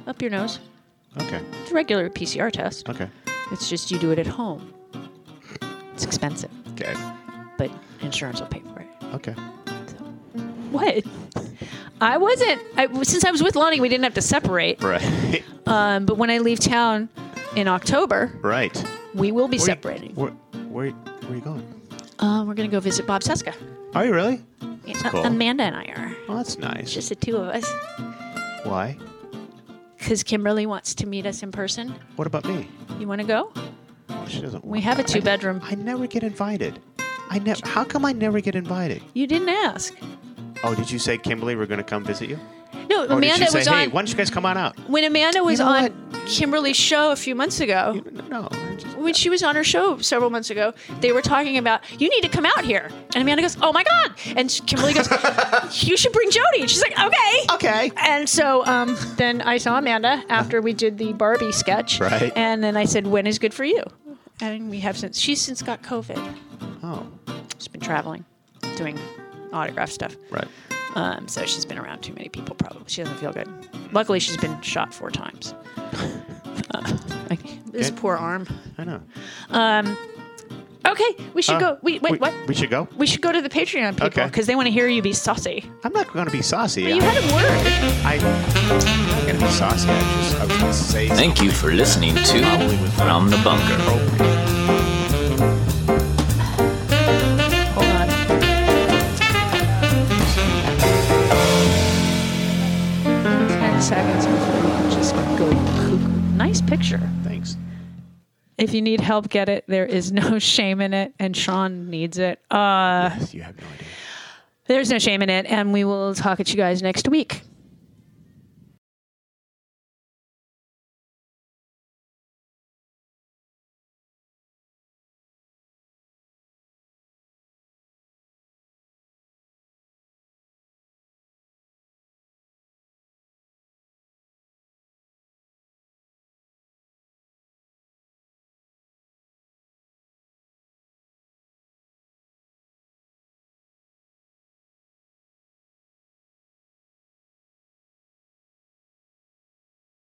S1: Up your nose.
S2: Okay.
S1: It's a regular PCR test.
S2: Okay.
S1: It's just you do it at home. It's expensive,
S2: Okay.
S1: but insurance will pay for it.
S2: Okay.
S1: What? I wasn't. I, since I was with Lonnie, we didn't have to separate.
S2: Right.
S1: Um, but when I leave town in October,
S2: right.
S1: we will be
S2: Where you-
S1: separating.
S2: where, where where are you going?
S1: Uh, we're going to go visit Bob Seska.
S2: Are you really?
S1: Uh,
S2: cool.
S1: Amanda and I are.
S2: Well, that's nice.
S1: Just the two of us.
S2: Why?
S1: Because Kimberly wants to meet us in person.
S2: What about me?
S1: You want to go?
S2: Oh, she doesn't.
S1: We
S2: want-
S1: have a
S2: I-
S1: two bedroom.
S2: I never get invited. I never. How come I never get invited?
S1: You didn't ask.
S2: Oh, did you say Kimberly we're going to come visit you?
S1: No,
S2: Or
S1: Amanda
S2: Oh, did she
S1: was
S2: say, "Hey,
S1: on.
S2: why don't you guys come on out?"
S1: when Amanda was
S2: know
S1: on
S2: what?
S1: Kimberly's show a few months ago,
S2: No. I just-
S1: when she was on her show several months ago, they were talking about you need to come out here, and Amanda goes, "Oh my god!" and she- Kimberly goes, "You should bring Jody." And she's like, "Okay."
S2: Okay.
S1: And so um, then I saw Amanda after we did the Barbie sketch,
S2: Right.
S1: And then I said, "When is good for you?" And we have since she's since got COVID.
S2: Oh,
S1: She's been traveling, doing autograph stuff.
S2: right.
S1: Um, so she's been around too many people. Probably she doesn't feel good. Luckily, she's been shot four times. Uh, like, this
S2: Good.
S1: poor arm.
S2: I know.
S1: Okay, we should
S2: Uh,
S1: go. Wait, wait,
S2: we,
S1: what?
S2: We should go.
S1: We should go to the Patreon people
S2: Okay.
S1: because they want to hear you be saucy.
S2: I'm not going to be saucy.
S1: But you had a word.
S2: I, I'm not going to be saucy. I just I was going to say.
S3: Thank you for listening to From the Bunker.
S1: Hold on. Ten seconds before you just go cuckoo. Nice picture.
S2: Thanks.
S1: If you need help, get it. There is no shame in it, and Sean needs it. Uh,
S2: You have no idea.
S1: there's no shame in it, and we will talk at you guys next week.